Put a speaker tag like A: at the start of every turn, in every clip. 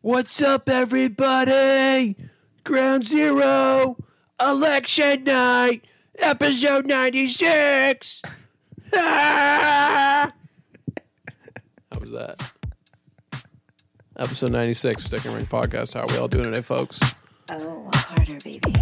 A: What's up, everybody? Ground Zero, Election Night, Episode 96. Ah! How was that? Episode 96, Stick and Ring Podcast. How are we all doing today, folks?
B: Oh, harder, baby.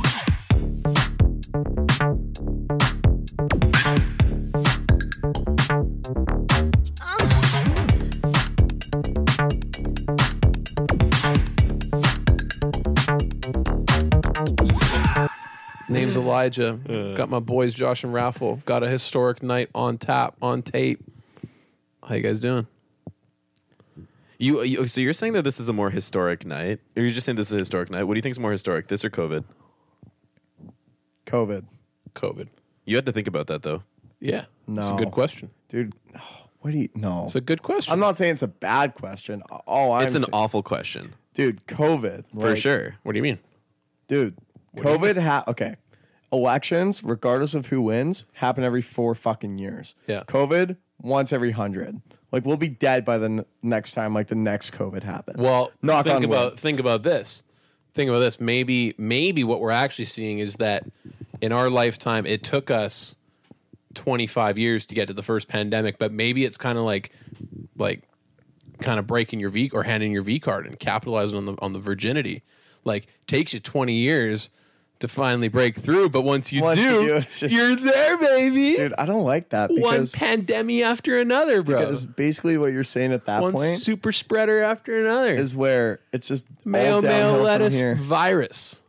A: Name's Elijah. Got my boys, Josh and Raffle. Got a historic night on tap, on tape. How you guys doing?
C: You, you so you're saying that this is a more historic night? Or you're just saying this is a historic night? What do you think is more historic, this or COVID?
D: COVID.
A: COVID.
C: You had to think about that though.
A: Yeah. It's a
D: No.
A: good question.
D: Dude, oh, what do you no?
A: It's a good question.
D: I'm not saying it's a bad question. All I'm
C: it's an
D: sa-
C: awful question
D: dude, COVID.
C: for
D: like,
C: sure.
A: what do you mean?
D: Dude, COVID ha- okay. Elections, regardless of who wins, happen every 4 fucking years.
A: Yeah.
D: COVID once every 100. Like we'll be dead by the n- next time like the next COVID happens.
A: Well,
D: knock
A: think
D: on wood.
A: about think about this. Think about this. Maybe maybe what we're actually seeing is that in our lifetime it took us 25 years to get to the first pandemic, but maybe it's kind of like like kind of breaking your V or handing your V card and capitalizing on the on the virginity. Like takes you 20 years to finally break through, but once you
D: Once
A: do,
D: you
A: you
D: do, it's just-
A: are there, baby.
D: Dude, I don't like that
A: One
D: because
A: pandemic after another, bro.
D: because basically what you're saying at that
A: One
D: point
A: super spreader after another.
D: is where it's just all
A: Mayo,
D: downhill
A: mayo,
D: from
A: lettuce,
D: here.
A: virus.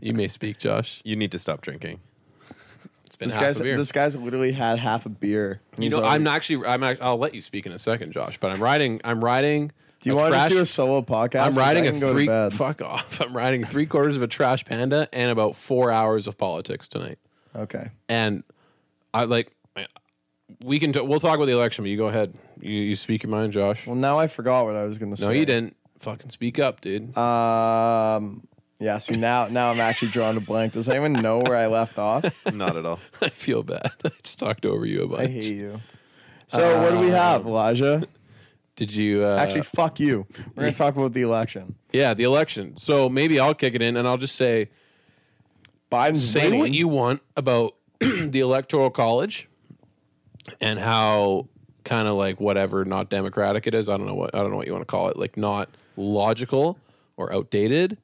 A: you may speak, Josh.
C: You need to stop drinking.
A: It's been
D: This
A: half
D: guy's
A: a beer.
D: this guy's literally had half a beer.
A: you know, I'm not actually. I'm. Act- I'll let you speak in a second, Josh. But I'm riding. I'm riding.
D: Do you
A: a
D: want to
A: trash-
D: just do a solo podcast?
A: I'm
D: 'Cause
A: riding
D: I
A: a
D: can go to
A: three.
D: bed.
A: Fuck off. I'm riding three quarters of a trash panda and about four hours of politics tonight.
D: Okay.
A: And I like. We can. T- we'll talk about the election, but you go ahead. You you speak your mind, Josh.
D: Well, now I forgot what I was going to say.
A: no, you didn't. Fucking speak up, dude.
D: Um. Yeah. See, now now I'm actually drawing a blank. Does anyone know where I left off?
C: Not at all.
A: I feel bad. I just talked over you a bunch.
D: I hate you. So what do we have, Elijah?
A: Did you uh,
D: Actually, fuck you. We're going to talk about the election.
A: Yeah, the election. So maybe I'll kick it in and I'll just say
D: Biden's
A: say
D: winning.
A: what you want about the electoral college and how kind of like whatever not democratic it is. I don't know what I don't know what you want to call it. Like not logical or outdated.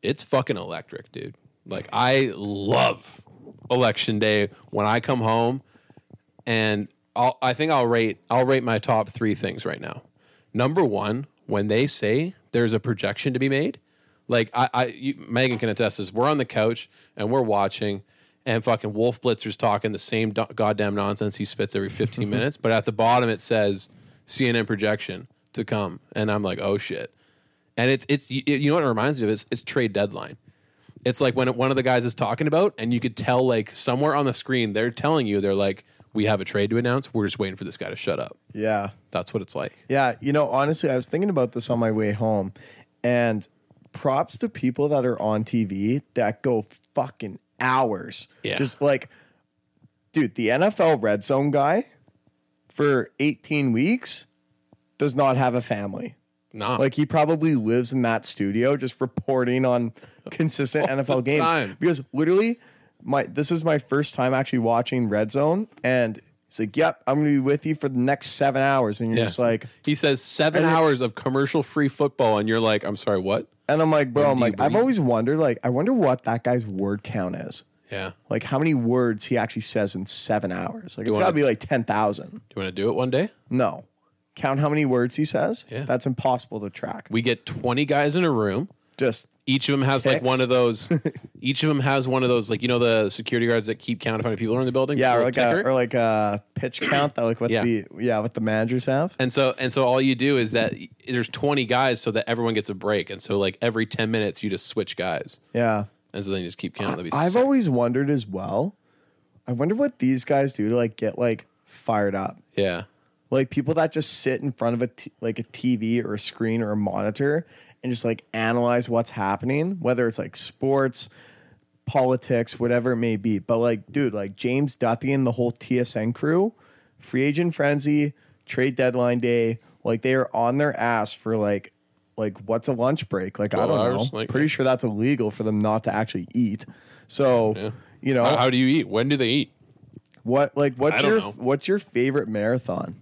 A: It's fucking electric, dude. Like I love election day when I come home and I'll, I think I'll rate I'll rate my top three things right now. Number one, when they say there's a projection to be made, like I, I you, Megan can attest this. We're on the couch and we're watching, and fucking Wolf Blitzer's talking the same do- goddamn nonsense he spits every 15 minutes. But at the bottom it says CNN projection to come, and I'm like, oh shit. And it's it's you, you know what it reminds me of? It's it's trade deadline. It's like when one of the guys is talking about, and you could tell like somewhere on the screen they're telling you they're like, "We have a trade to announce. We're just waiting for this guy to shut up."
D: yeah.
A: That's what it's like.
D: Yeah, you know, honestly, I was thinking about this on my way home, and props to people that are on TV that go fucking hours.
A: Yeah.
D: Just like, dude, the NFL red zone guy for 18 weeks does not have a family.
A: Nah,
D: Like he probably lives in that studio just reporting on consistent NFL games.
A: time.
D: Because literally, my this is my first time actually watching Red Zone, and it's like, yep, I'm gonna be with you for the next seven hours. And you're just like,
A: he says seven
D: And it-
A: hours of commercial free football, and you're like, "I'm sorry, what?"
D: And I'm like, bro,
A: do
D: I'm
A: you
D: like, I've
A: breathe?
D: always wondered, like, I wonder what that guy's word count is.
A: Yeah,
D: Like, how many words he actually says in seven hours? Like, it's
A: wanna-
D: gotta be like 10,000.
A: do you want to do it one day?
D: No. Count how many words he says?
A: Yeah.
D: That's impossible to track.
A: We get 20 guys in a room.
D: Just,
A: Each of them has like
D: Ticks.
A: one of those. each of them has one of those, like you know, the security guards that keep count of how many people are in the building.
D: yeah,
A: So
D: or
A: a
D: like, uh, a,
A: ticker.
D: or like a pitch count that, like, what
A: Yeah.
D: the, yeah, what the managers have.
A: And so and so all you do is that y- there's 20 guys so that everyone gets a break. And so like every 10 minutes you just switch guys.
D: Yeah.
A: And so then you just keep counting. That'd be
D: I've
A: sick.
D: always wondered as well. I wonder what these guys do to, like, get, like, fired up.
A: yeah.
D: like people that just sit in front of a t- like a TV or a screen or a monitor and just like analyze what's happening, whether it's like sports, politics, whatever it may be. But like, dude, like James Duthie and the whole TSN crew, free agent frenzy, trade deadline day, like they are on their ass for like like what's a lunch break? Like I
A: 12
D: don't
A: hours,
D: know.
A: like-
D: Pretty sure that's illegal for them not to actually eat. So you know
A: How, how do you eat? When do they eat?
D: what like what's
A: I don't
D: your
A: know.
D: what's your favorite marathon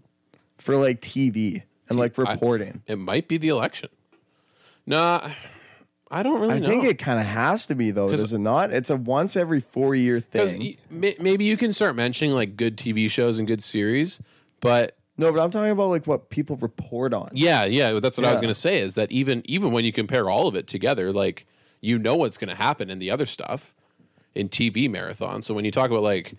D: for like TV and like
A: I-
D: reporting?
A: It might be the election. Nah, I don't really
D: I,
A: know.
D: think it kind of has to be though, does it not? It's a once every four year
A: 'Cause
D: thing.
A: y- may- maybe you can start mentioning like good TV shows and good series, but
D: no, but I'm talking about like what people report on.
A: yeah, yeah, that's what I was
D: Yeah.
A: going to say is that even even when you compare all of it together, like you know what's going to happen in the other stuff in TV marathon. So when you talk about like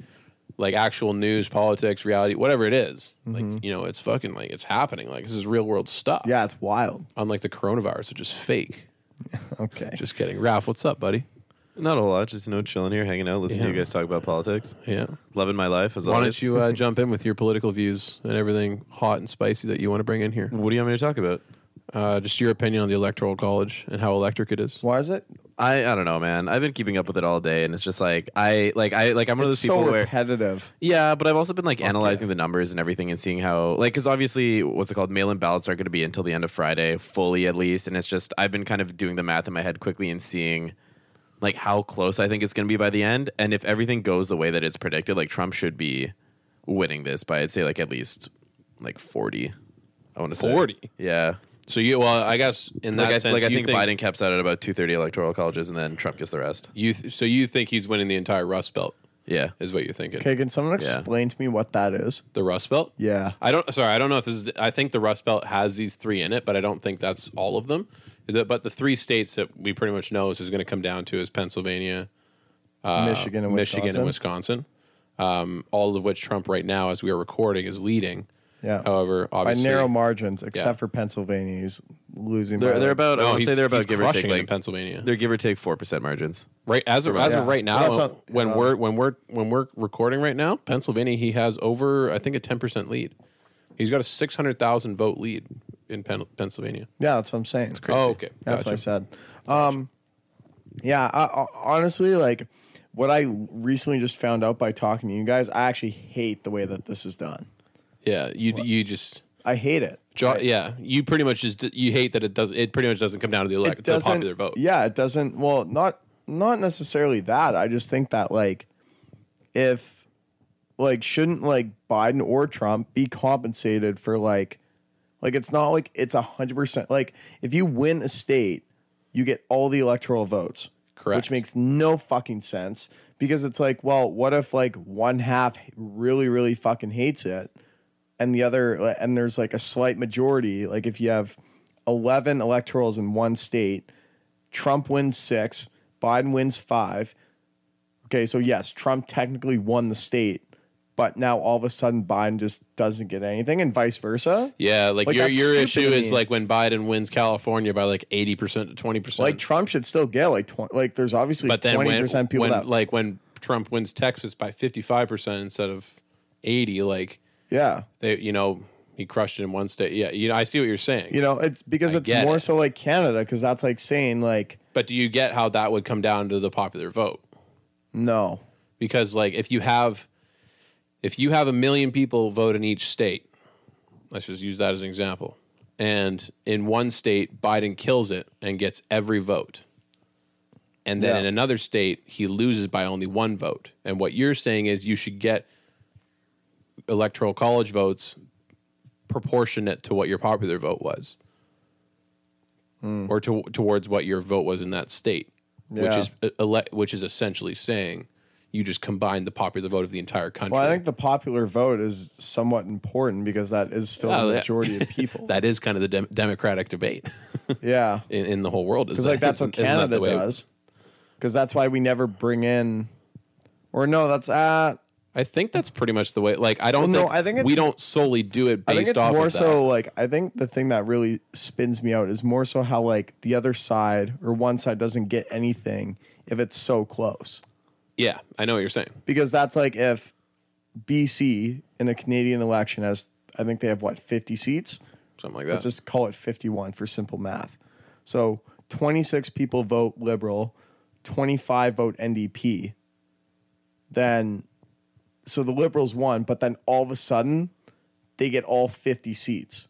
A: like actual news, politics, reality, whatever it is,
D: Mm-hmm.
A: like you know, it's fucking like it's happening. Like this is real world stuff.
D: Yeah, it's wild.
A: Unlike the coronavirus, which is fake.
D: Okay.
A: Just kidding. Ralph, what's up, buddy?
C: Not a lot, just you know, chilling here, hanging out, listening to you
A: Yeah.
C: guys talk about politics,
A: Yeah.
C: loving my life as
A: Why
C: always.
A: don't you uh, jump in with your political views and everything hot and spicy that you want to bring in here?
C: What do you want me to talk about?
A: Uh, just your opinion on the electoral college and how electric it is.
D: Why is it?
C: I I don't know, man. I've been keeping up with it all day, and it's just like I like I like I'm one of those
D: It's so
C: people where
D: repetitive.
C: yeah, but I've also been like analyzing the numbers and everything and seeing how like because obviously what's it called mail-in ballots aren't going to be until the end of Friday fully at least, and it's just I've been kind of doing the math in my head quickly and seeing like how close I think it's going to be by the end, and if everything goes the way that it's predicted, like Trump should be winning this by I'd say like at least like forty. I want to say
A: 40?
C: Yeah.
A: So you, well, I guess in that
C: Like I,
A: sense,
C: like I
A: you
C: think, Biden caps out at about two thirty electoral colleges, and then Trump gets the rest.
A: You th- so you think he's winning the entire Rust Belt
C: Yeah,
A: is what you're thinking?
D: Okay, can someone explain to me what that is?
A: The Rust Belt?
D: Yeah.
A: I don't. Sorry, I don't know if this is. I think the Rust Belt has these three in it, but I don't think that's all of them. The- but the three states that we pretty much know is going to come down to is Pennsylvania,
D: Michigan
A: Uh,
D: and Wisconsin.
A: Michigan, and Wisconsin. Um, all of which Trump right now, as we are recording, is leading.
D: Yeah.
A: However,
D: by
A: Oh, obviously,
D: narrow margins, except
A: Yeah.
D: for Pennsylvania, he's losing. by
C: they're, they're
D: like-
C: about. I
A: No,
C: want to
A: he's,
C: say they're about
A: he's
C: give or take
A: crushing it in
C: like
A: Pennsylvania.
C: They're give or take four percent margins.
A: Right as of, as
D: Yeah.
A: of right now,
D: Well, that's not-
A: when
D: yeah.
A: we're when we're when we're recording right now, Pennsylvania he has over I think a ten percent lead. He's got a six hundred thousand vote lead in Pen- Pennsylvania.
D: yeah, that's what I'm saying. It's
A: Oh, okay,
D: That's
A: gotcha.
D: what I said. Um, yeah, I, I- honestly, like what I recently just found out by talking to you guys, I actually hate the way that this is done.
A: Yeah, you you just
D: I hate it.
A: jo- yeah you pretty much just you hate that it does it pretty much doesn't come down to the elect to the popular vote.
D: Yeah, it doesn't. Well, not not necessarily that. I just think that like if like shouldn't like Biden or Trump be compensated for like like it's not like it's a hundred percent like if you win a state, you get all the electoral votes.
A: Correct.
D: Which makes no fucking sense because it's like, well, what if like one half really, really fucking hates it and the other and there's like a slight majority like if you have 11 electorals in one state trump wins six biden wins five okay so yes trump technically won the state but now all of a sudden biden just doesn't get anything and vice versa
A: Yeah, like,
D: Like,
A: your
D: that's
A: your
D: stupid
A: issue
D: to
A: is
D: me.
A: like when Biden wins California by like eighty percent to twenty percent.
D: like trump should still get like 20 like there's obviously
A: but then
D: 20%
A: when,
D: people
A: when
D: that
A: like when Trump wins Texas by fifty five percent instead of eighty, like
D: yeah
A: they you know he crushed it in one state. Yeah, you know I see what you're saying.
D: you know it's because
A: I
D: it's
A: get
D: more
A: it.
D: so like canada because that's like saying like
A: But do you get how that would come down to the popular vote?
D: no
A: Because like if you have if you have a million people vote in each state, let's just use that as an example. And in one state, Biden kills it and gets every vote. And then
D: Yeah.
A: in another state, he loses by only one vote. And what you're saying is you should get electoral college votes proportionate to what your popular vote was. Or to, towards what your vote was in that state, which
D: Hmm. Yeah.
A: is uh, ele- which is essentially saying you just combine the popular vote of the entire country.
D: Well, I think the popular vote is somewhat important because that is still
A: Oh,
D: the
A: yeah.
D: majority of people.
A: that is kind of the dem- democratic debate
D: yeah,
A: in, in the whole world.
D: because like that's what Canada does. Because that's why we never bring in, or no, that's uh,
A: I think that's pretty much the way. Like, I don't
D: Well, no,
A: think,
D: I think
A: we
D: it's-
A: don't solely do it
D: I
A: based
D: think it's
A: off
D: more
A: of that.
D: so like I think the thing that really spins me out is more so how like the other side or one side doesn't get anything if it's so close.
A: Yeah, I know what you're saying.
D: because that's like if BC in a Canadian election has I think they have what 50 seats.
A: Something like
D: Let's
A: that.
D: just call it 51 for simple math. So 26 people vote liberal, 25 vote NDP. Then, so the liberals won, but then all of a sudden they get all 50 seats.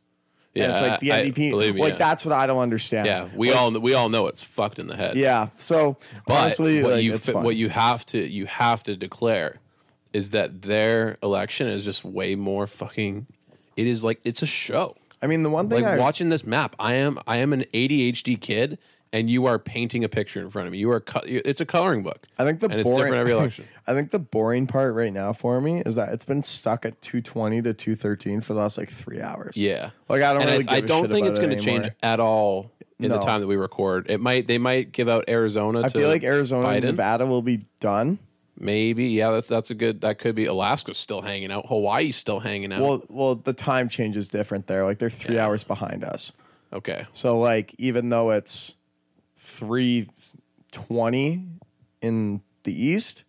D: and it's
A: Yeah,
D: like the
A: I- I-
D: MVP.
A: believe me,
D: like
A: yeah.
D: that's what I don't understand.
A: Yeah, we all we all know it's fucked in the head.
D: yeah. So
A: but
D: honestly,
A: what
D: like,
A: you
D: it's
A: fi-
D: fine.
A: what you have to you have to declare is that their election is just way more fucking. It is like it's a show.
D: I mean, the one thing
A: Like
D: I
A: watching this map, I am I am an ADHD kid, and you are painting a picture in front of me. You are co- it's a coloring book.
D: I think the
A: and it's
D: boring,
A: different every election.
D: I think the boring part right now for me is that it's been stuck at 220 to 213 for the last like three hours.
A: Yeah,
D: Like, I don't
A: And
D: really
A: I,
D: give a
A: don't
D: shit
A: think
D: about
A: it's
D: it
A: going to
D: anymore.
A: change at all in
D: No.
A: the time that we record. It might they might give out Arizona.
D: I feel like Arizona and
A: Biden.
D: Nevada will be done.
A: Maybe yeah, that's that's a good. That could be Alaska's still hanging out. Hawaii's still hanging out.
D: Well, well, the time change is different there. Like they're three hours behind us.
A: okay,
D: So like even though it's three twenty in the east,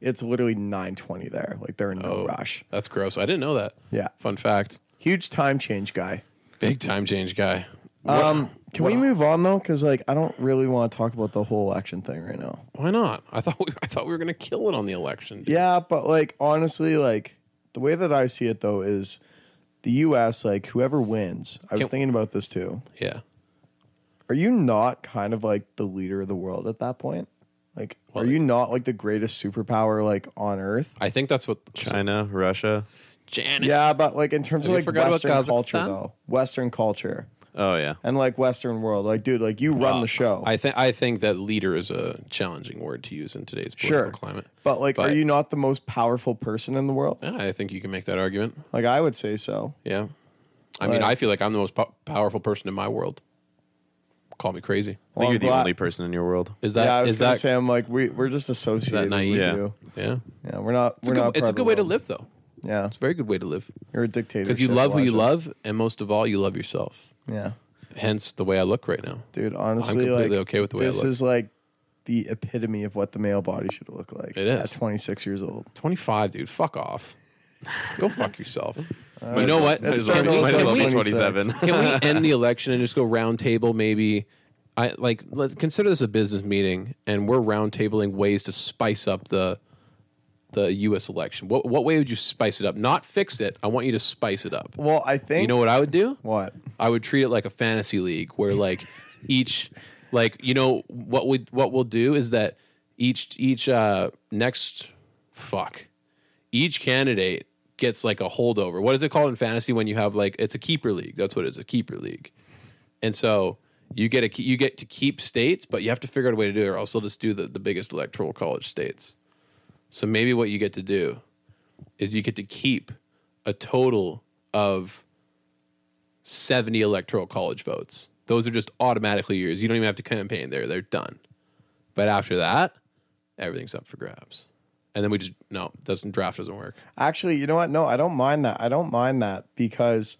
D: it's literally nine twenty there. Like they're in no rush.
A: that's gross. I didn't know that.
D: Yeah.
A: fun fact.
D: Huge time change guy.
A: Big time change guy.
D: Um, can we move on though? Because like I don't really want to talk about the whole election thing right now.
A: Why not? I thought we, I thought we were going to kill it on the election. dude.
D: Yeah, but like honestly, like the way that I see it though is the U.S. Like whoever wins, I was
A: Can-
D: thinking about this too.
A: yeah.
D: Are you not kind of like the leader of the world at that point? Like,
A: Well,
D: are you not like the greatest superpower like on Earth?
A: I think that's what
C: China, Russia.
A: Janet.
D: Yeah, but like in terms
A: Have you
D: of like
A: forgot about
D: Western culture
A: Kazakhstan?
D: though, Western culture
C: Oh yeah.
D: and like Western world, like dude, like you run
A: Uh,
D: the show.
A: I think I think that leader is a challenging word to use in today's political
D: sure,
A: climate.
D: but like, are
A: But-
D: you not the most powerful person in the world?
A: Yeah, I think you can make that argument.
D: Like I would say so.
A: Yeah. I mean,
D: Right.
A: I feel like I'm the most po- powerful person in my world. Call me crazy.
C: I think
D: Well,
C: you're
D: I'm
C: the
D: glad-
C: only person in your world.
A: Is
D: yeah, I
A: that
D: was
A: is
D: gonna
A: that
D: say I'm like we we're just
A: that
D: associated
A: naive?
D: with
C: Yeah.
D: you.
A: yeah?
D: Yeah, we're not.
A: It's a
D: we're
A: good,
D: not
A: it's a
D: part
A: good
D: of
A: way
D: the
A: to live though.
D: world. Yeah,
A: It's a very good way to live
D: you're a dictator
A: because you love who you love and most of all you love yourself.
D: Yeah,
A: Hence the way I look right now.
D: dude. Honestly,
A: completely
D: like,
A: okay with the way I
D: this
A: look.
D: is like the epitome of what the male body should look like.
A: It is.
D: at 26 years old.
A: 25, dude. Fuck off. Go fuck yourself. you know what?
D: That's
A: Can
D: starting to
A: we-
D: look
A: can
D: like
A: we-
C: 27.
A: Can we end the election and just go round table? Maybe I like let's consider this a business meeting, and we're round tabling ways to spice up the the U.S. election. What what way would you spice it up? Not fix it. I want you to spice it up.
D: Well, I think
A: You know what I would do?
D: What?
A: I would treat it like a fantasy league where like each like you know what we what we'll do is that each each uh next fuck each candidate gets like a holdover. What is it called in fantasy when you have like it's a keeper league? That's what it is, a keeper league. And so you get a ke- you get to keep states, but you have to figure out a way to do it, or else they'll just do the, the biggest electoral college states. So maybe what you get to do is you get to keep a total of 70 electoral college votes. Those are just automatically yours. You don't even have to campaign there. They're done. But after that, everything's up for grabs. And then we just no, doesn't draft doesn't work.
D: Actually, you know what? No, I don't mind that. I don't mind that because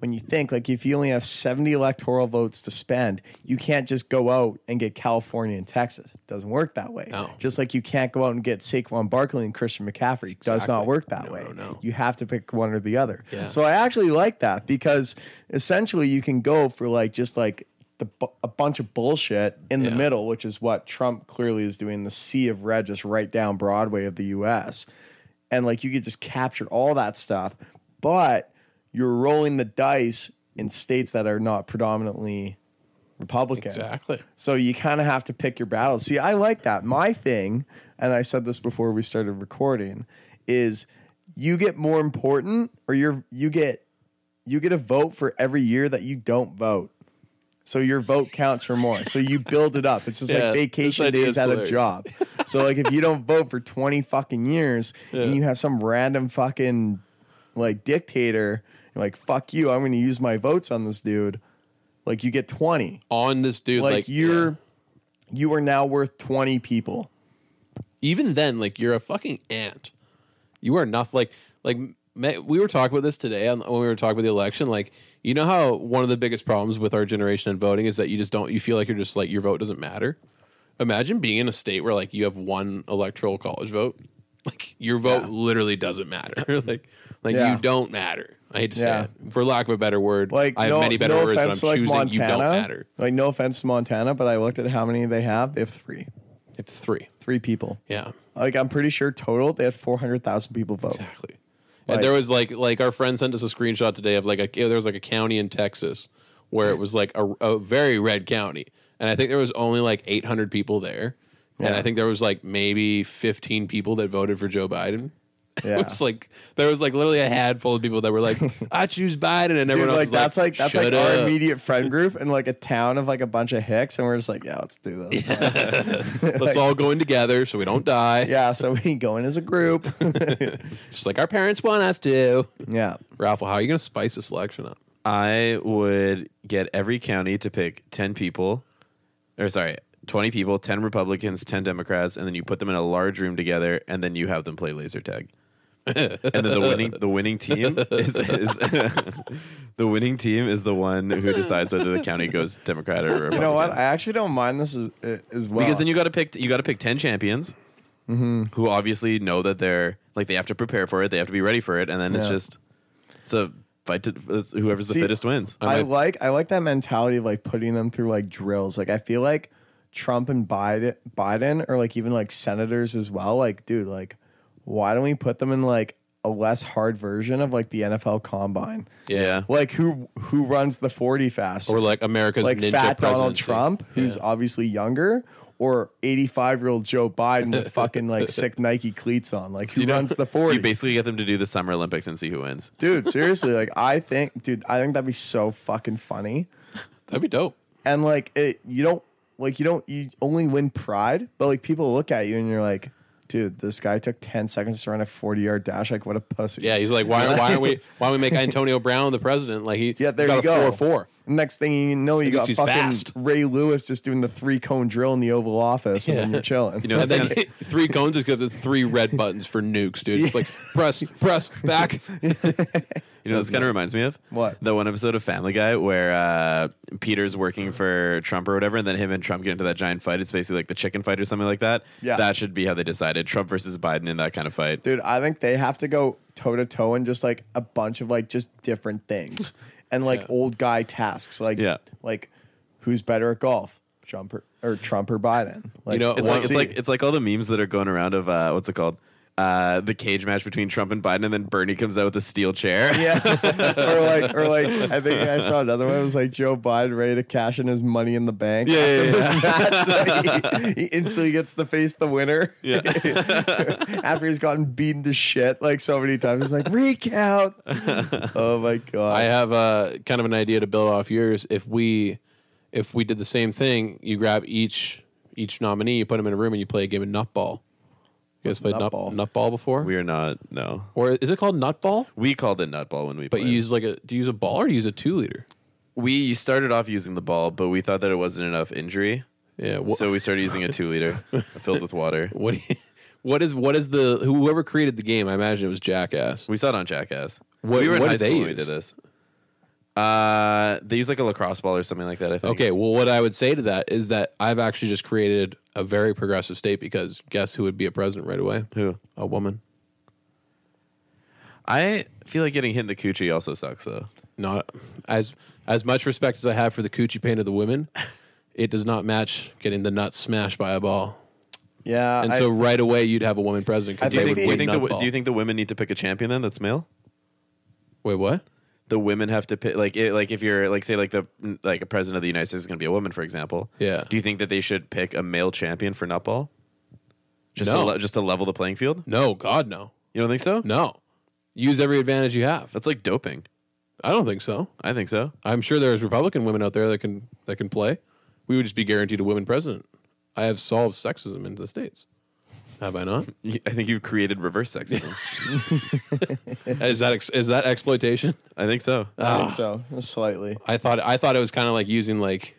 D: when you think like if you only have 70 electoral votes to spend, you can't just go out and get California and Texas. It doesn't work that way.
A: No.
D: Just like you can't go out and get Saquon Barkley and Christian McCaffrey. It Does not
A: Exactly.
D: work that
A: No,
D: way.
A: no.
D: You have to pick one or the other.
A: Yeah.
D: So I actually like that because essentially you can go for like just like the, bu- a bunch of bullshit in the
A: Yeah.
D: middle, which is what Trump clearly is doing the sea of red just right down Broadway of the US. And like you could just capture all that stuff, but you're rolling the dice in states that are not predominantly Republican.
A: Exactly.
D: So you kind of have to pick your battles. See, I like that. My thing, and I said this before we started recording, is you get more important or you're you get you get a vote for every year that you don't vote. So your vote counts for more. So you build it up. It's just
A: Yeah,
D: like
A: this
D: vacation
A: idea
D: days
A: is
D: at a
A: hilarious.
D: job. So like if you don't vote for 20 fucking years and you have some random fucking like dictator, you're like fuck you, I'm going to use my votes on this dude. Like you get 20
A: On this dude,
D: like,
A: like,
D: you're
A: yeah.
D: you are now worth 20 people
A: even then, like you're a fucking ant. You are nothing. Like like ma- we were talking about this today on, when we were talking about the election. Like you know how one of the biggest problems with our generation in voting is that you just don't. You feel like you're just like your vote doesn't matter. Imagine being in a state where like you have one electoral college vote. Like your vote literally doesn't matter. like like
D: Yeah.
A: you don't matter. I hate to say
D: Yeah.
A: it. For lack of a better word,
D: like
A: I have
D: no,
A: many better
D: no
A: words, but I'm
D: offense to like
A: choosing
D: montana
A: you don't matter.
D: like no offense to montana but i looked at how many they have they have three
A: It's three.
D: three people
A: Yeah.
D: like i'm pretty sure total they had 400000 people vote
A: Exactly. and there was like like our friend sent us a screenshot today of like a there was like a county in Texas where it was like a, a very red county, and I think there was only like 800 people there, and
D: Yeah.
A: I think there was like maybe 15 people that voted for Joe Biden.
D: Yeah.
A: it was like there was like literally a handful of people that were like, "I choose Biden," and
D: Dude,
A: everyone
D: like
A: else was
D: that's like that's like
A: "Shut
D: our
A: up."
D: immediate friend group and like a town of like a bunch of hicks, and we're just like, yeah, let's do this.
A: Let's all go in together so we don't die.
D: yeah, so we go in as a group.
A: Just like our parents want us to.
D: yeah,
A: Raffle, how are you going to spice this selection up?
C: I would get every county to pick 10 people, or sorry, 20 people, 10 Republicans, 10 Democrats, and then you put them in a large room together and then you have them play laser tag. and then the winning the winning team is, is the winning team is the one who decides whether the county goes Democrat or Republican.
D: you know what? I actually don't mind this as, as well
C: Because then you got to pick you got to pick 10 champions who obviously know that they're like they have to prepare for it, they have to be ready for it, and then it's
D: Yeah.
C: just it's a fight to it's whoever's the
D: See,
C: fittest wins.
D: I like I like that mentality of like putting them through like drills. Like I feel like Trump and Biden Biden or like even like senators as well. Like dude, like why don't we put them in like a less hard version of like the NFL combine?
C: yeah.
D: Like who who runs the 40 fast?
A: Or like America's
D: like
A: ninja
D: fat Donald
A: presidency.
D: Trump who's obviously younger or 85-year-old Joe Biden with fucking like sick Nike cleats on. Like who runs the 40?
C: You basically get them to do the Summer Olympics and see who wins.
D: dude, seriously, like I think dude, I think that'd be so fucking funny.
A: That'd be dope.
D: and like it you don't like you don't you only win pride but like people look at you and you're like dude this guy took 10 seconds to run a 40 yard dash like what a pussy
A: Yeah, he's like, why, why aren't we? Why don't we make Antonio Brown the president? Like he,
D: yeah there
A: he
D: you
A: got
D: go
A: a four four.
D: next thing you know you
A: least
D: got
A: he's
D: fucking
A: fast.
D: ray lewis just doing the three cone drill in the oval office and then you're chilling
C: You know,
A: And
C: it's
A: then
C: kinda-
A: three cones is because three red buttons for nukes, dude. It's like press, press, back.
C: you know, this kind of reminds me of
D: What?
C: the one episode of Family Guy where uh, Peter's working for Trump or whatever, and then him and Trump get into that giant fight. It's basically like the chicken fight or something like that.
D: Yeah.
C: that should be how they decided Trump versus Biden in that kind of fight.
D: dude i think they have to go toe to toe and just like a bunch of like just different things and like
A: Yeah.
D: old guy tasks like
C: Yeah.
D: like who's better at golf Trump or, or Trump or Biden? Like,
A: know,
C: It's
A: Well,
C: like it's
A: see.
C: like it's like all the memes that are going around of uh, what's it called? Uh, the cage match between Trump and Biden, and then Bernie comes out with a steel chair.
D: Yeah. or like or like I think I saw another one. It was like Joe Biden ready to cash in his money in the bank.
C: Yeah,
D: after
C: yeah,
D: this match. Like, he, he instantly gets to face the winner.
C: Yeah.
D: after he's gotten beaten to shit like so many times. He's like, recount. oh my god.
A: I have uh, kind of an idea to build off yours. If we, if we did the same thing, you grab each each nominee, you put them in a room, and you play a game of nutball. You guys played nut,
D: nutball?
A: nutball before,
C: We are not. No,
A: or is it called nutball?
C: we called it nutball when we.
A: But
C: played.
A: you use like a do you use a ball or do you use a two liter?
C: we you started off using the ball, but we thought that it wasn't enough injury,
A: Yeah. What,
C: so we started using a two liter filled with water.
A: what do you- what is what is the whoever created the game? I imagine it was Jackass.
C: We saw it on Jackass.
A: What-
C: we were in
A: what
C: high
A: did they
C: school when we
A: use?
C: did this. Uh, they use like a lacrosse ball or something like that. I think.
A: Okay, well, what I would say to that is that I've actually just created a very progressive state because guess who would be a president right away?
C: Who?
A: A woman.
C: I feel like getting hit in the coochie also sucks though.
A: Not as as much respect as I have for the coochie pain of the women, it does not match getting the nuts smashed by a ball.
D: yeah.
A: And
D: I-
A: so right away you'd have a woman president
D: I
A: because
C: Do
A: they
C: you
D: think
A: would
C: think, do you
A: win
C: think the
A: nutball.
C: do you think the women need to pick a champion then? That's male.
A: Wait, what?
C: The women have to pick like it, like if you're like say like the like a president of the United States is going to be a woman for example.
A: Yeah.
C: Do you think that they should pick a male champion for nutball? Just
A: No.
C: to le- just to level the playing field.
A: No, God, no,
C: You don't think so?
A: no. Use every advantage you have.
C: That's like doping.
A: I don't think so.
C: I think so.
A: I'm sure there's Republican women out there that can that can play. We would just be guaranteed a women president. I have solved sexism in the states. Have I not?
C: You- I think you've created reverse sexism.
A: Is that ex- is that exploitation?
C: I think so.
D: I think so. Slightly.
A: I thought I thought it was kind of like using like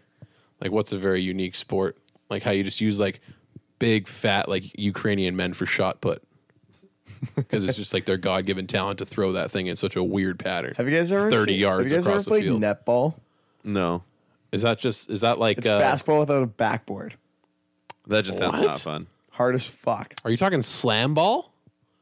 A: like what's a very unique sport like how you just use like big fat like Ukrainian men for shot put because it's just like their god given talent to throw that thing in such a weird pattern.
D: Have you guys ever
A: thirty
D: seen-
A: yards
D: Have you guys
A: across
D: ever played
A: the field?
D: netball?
C: No,
A: is that just is that like
D: It's
A: uh,
D: basketball without a backboard.
C: that just sounds
A: What?
C: not fun.
D: Hard as fuck.
A: are you talking slam ball?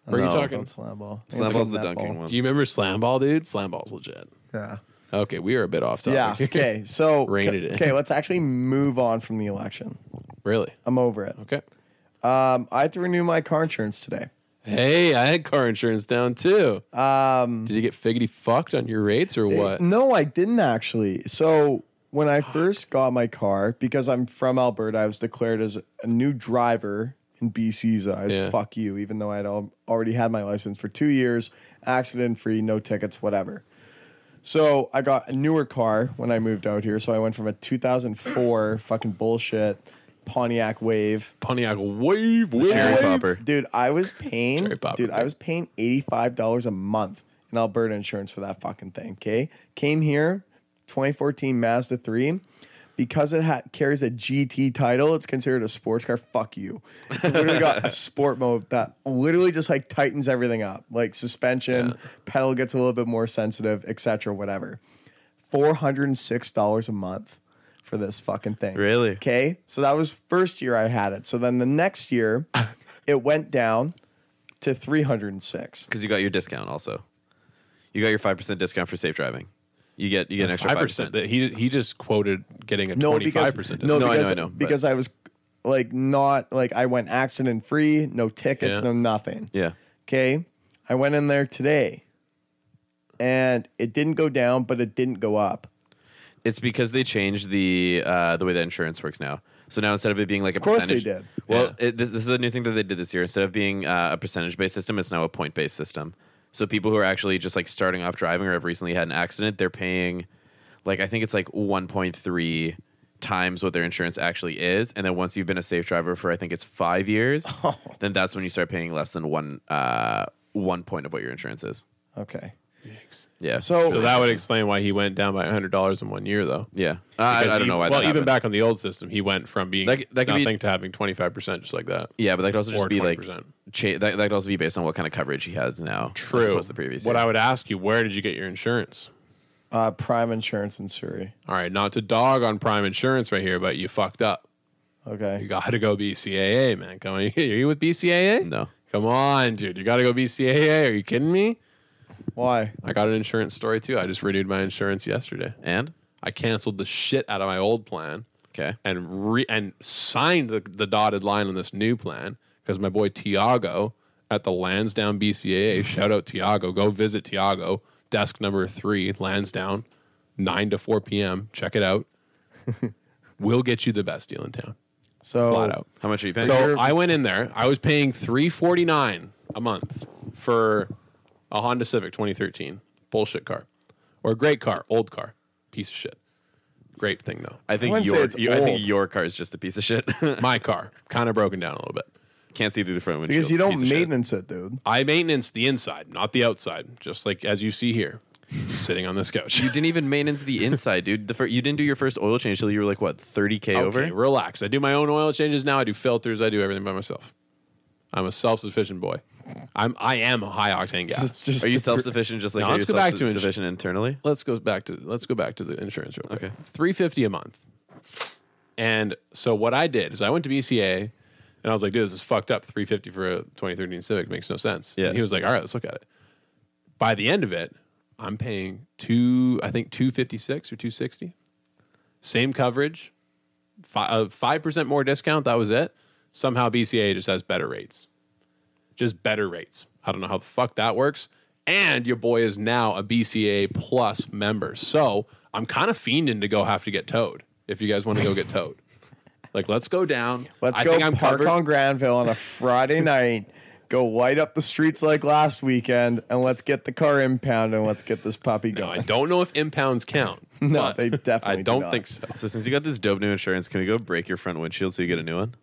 A: Or are you
C: No.
A: talking?
D: It's slam ball. I think
C: Slam
D: it's
C: ball's
D: called
C: the
D: netball.
C: dunking
A: Do
C: one.
A: you remember slam ball, dude? Slam ball's legit.
D: Yeah.
A: Okay, we are a bit off
D: Yeah.
A: topic.
D: Okay. So
A: Rein it in.
D: Okay, let's actually move on from the election.
A: really?
D: I'm over it.
A: Okay.
D: Um, I had to renew my car insurance today.
A: Hey, I had car insurance down too.
D: Um,
A: Did you get figgity fucked on your rates or what?
D: No, I didn't actually. So when I first got my car, because I'm from Alberta, I was declared as a new driver in BC's eyes.
A: Yeah.
D: Fuck you, even though I'd al- already had my license for two years, accident free, no tickets, whatever. So I got a newer car when I moved out here. So I went from a 2004 fucking bullshit Pontiac Wave.
A: Pontiac wave, wave.
C: Cherry popper.
D: Dude, I was paying.
A: Cherry popper,
D: dude, I
A: yeah.
D: was paying eighty five dollars a month in Alberta insurance for that fucking thing. Okay, came here, twenty fourteen Mazda three, because it ha- carries a GT title. It's considered a sports car. Fuck you. It's literally got a sport mode that literally just like tightens everything up, like suspension, pedal gets a little bit more sensitive, etc. Whatever. Four hundred and six dollars a month for this fucking thing.
C: Really?
D: Okay. So that was first year I had it. So then the next year it went down to 306.
C: because you got your discount also. You got your five percent discount for safe driving. You get you get an extra
A: Five percent. He he just quoted getting a
D: No,
A: twenty
D: because
A: five percent.
D: no,
C: No, I know,
D: because,
C: I know, but-
D: because I was like not like I went accident free, no tickets,
A: Yeah.
D: no nothing.
C: Yeah.
D: Okay. I went in there today and it didn't go down, but it didn't go up.
C: It's because they changed the uh, the way that insurance works now. So now instead of it being like a
D: course
C: percentage,
D: they did.
C: Well, it, this, this is a new thing that they did this year. Instead of being uh, a percentage based system, it's now a point based system. So people who are actually just like starting off driving or have recently had an accident, they're paying like I think it's like one point three times what their insurance actually is. And then once you've been a safe driver for I think it's five years,
D: Oh.
C: then that's when you start paying less than one uh, one point of what your insurance is.
D: Okay.
C: Yeah.
D: So-
A: So that would explain why he went down by hundred dollars in one year, though.
C: yeah, Uh, I, I
A: Because
C: don't
A: he-
C: know why.
A: Well, even
C: that happened.
A: back on the old system, he went from being
C: That c- that could be-
A: nothing to having twenty five percent, just like that.
C: Yeah, but that could also
A: Or
C: just be like
A: 20%.
C: cha- that, that could also be based on what kind of coverage he has now. As
A: True.
C: opposed to the previous
A: what
C: year.
A: I would ask you, where did you get your insurance?
D: Uh, prime insurance in Surrey.
A: All right, not to dog on Prime Insurance right here, but you fucked up. You
D: Okay.
A: got to go BCAA, man. Come on, are you with BCAA?
C: no.
A: Come on, dude. You got to go BCAA. Are you kidding me?
D: Why?
A: I got an insurance story too. I just renewed my insurance yesterday.
C: And
A: I canceled the shit out of my old plan
C: okay,
A: and re- and signed the, the dotted line on this new plan because my boy Tiago at the Lansdowne BCAA, shout out Tiago, go visit Tiago, desk number three, Lansdowne, 9 to 4 p.m. Check it out. we'll get you the best deal in town,
D: So
A: flat out.
C: Oh, how much are you paying?
A: So I went in there. I was paying three forty nine a month for a Honda Civic 2013 bullshit car, or a great car, old car, piece of shit. Great thing though,
C: I think
D: wouldn't say
C: your
D: it's
C: you, I
D: old.
C: think your car is just a piece of shit.
A: my car kind of broken down a little bit.
C: Can't see through the front windshield.
D: because you
C: piece
D: don't
C: of shit.
D: maintenance it, dude.
A: I maintenance the inside, not the outside, just like as you see here, sitting on this couch.
C: You didn't even maintenance the inside, dude. The fir- you didn't do your first oil change till you were like what thirty k
A: Okay,
C: over.
A: relax. I do my own oil changes now. I do filters. I do everything by myself. I'm a self sufficient boy. I'm I am a high octane gas.
D: It's just
C: Are you
D: the-
C: self sufficient? Just like
A: No,
C: are
A: let's
C: you
A: go back to
C: self sufficient internally?
A: let's go back to let's go back to the insurance real quick.
C: Okay.
A: Three fifty a month. And so what I did is I went to BCA and I was like, dude, this is fucked up. Three fifty for a twenty thirteen Civic makes no sense.
C: Yeah.
A: And he was like, All right, let's look at it. By the end of it, I'm paying two, I think two fifty six or two sixty. Same coverage, uh, five percent more discount. That was it. Somehow BCA just has better rates, just better rates. I don't know how the fuck that works. And your boy is now a BCA plus member, so I'm kind of fiending to go have to get towed. If you guys want to go get towed, like let's go down.
D: Let's
A: I
D: go
A: think I'm
D: park
A: covered.
D: on Granville on a Friday night. Go light up the streets like last weekend, and let's get the car impound and let's get this puppy
A: No, I
D: going.
A: don't know if impounds count.
D: No,
A: but
D: they definitely
A: I
D: do
A: don't
D: not.
A: think so.
C: So since you got this dope new insurance, can we go break your front windshield so you get a new one?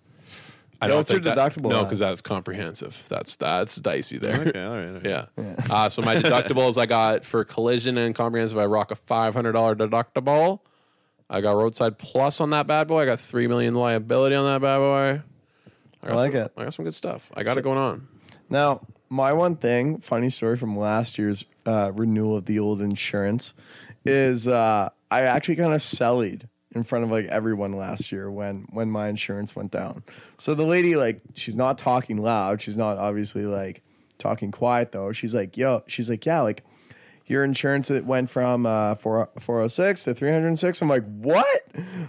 A: I
D: No,
A: don't
D: it's your
A: think that-
D: deductible
A: No,
D: on.
A: because that's comprehensive. That's that's dicey there.
C: Okay, all right. all right.
A: Yeah. Uh, so my deductibles I got for collision and comprehensive, I rock a five hundred dollar deductible. I got roadside plus on that bad boy. I got three million liability on that bad boy. got
D: I like
A: some-
D: it.
A: I got some good stuff. I got it going on.
D: Now, my one thing, funny story from last year's uh, renewal of the old insurance, is uh, I actually kind of sellied in front of like everyone last year when when my insurance went down. So the lady like she's not talking loud. She's not obviously like talking quiet though. She's like, "Yo," she's like, "Yeah, like oh your insurance it went from uh, four, 406 to 306 i'm like what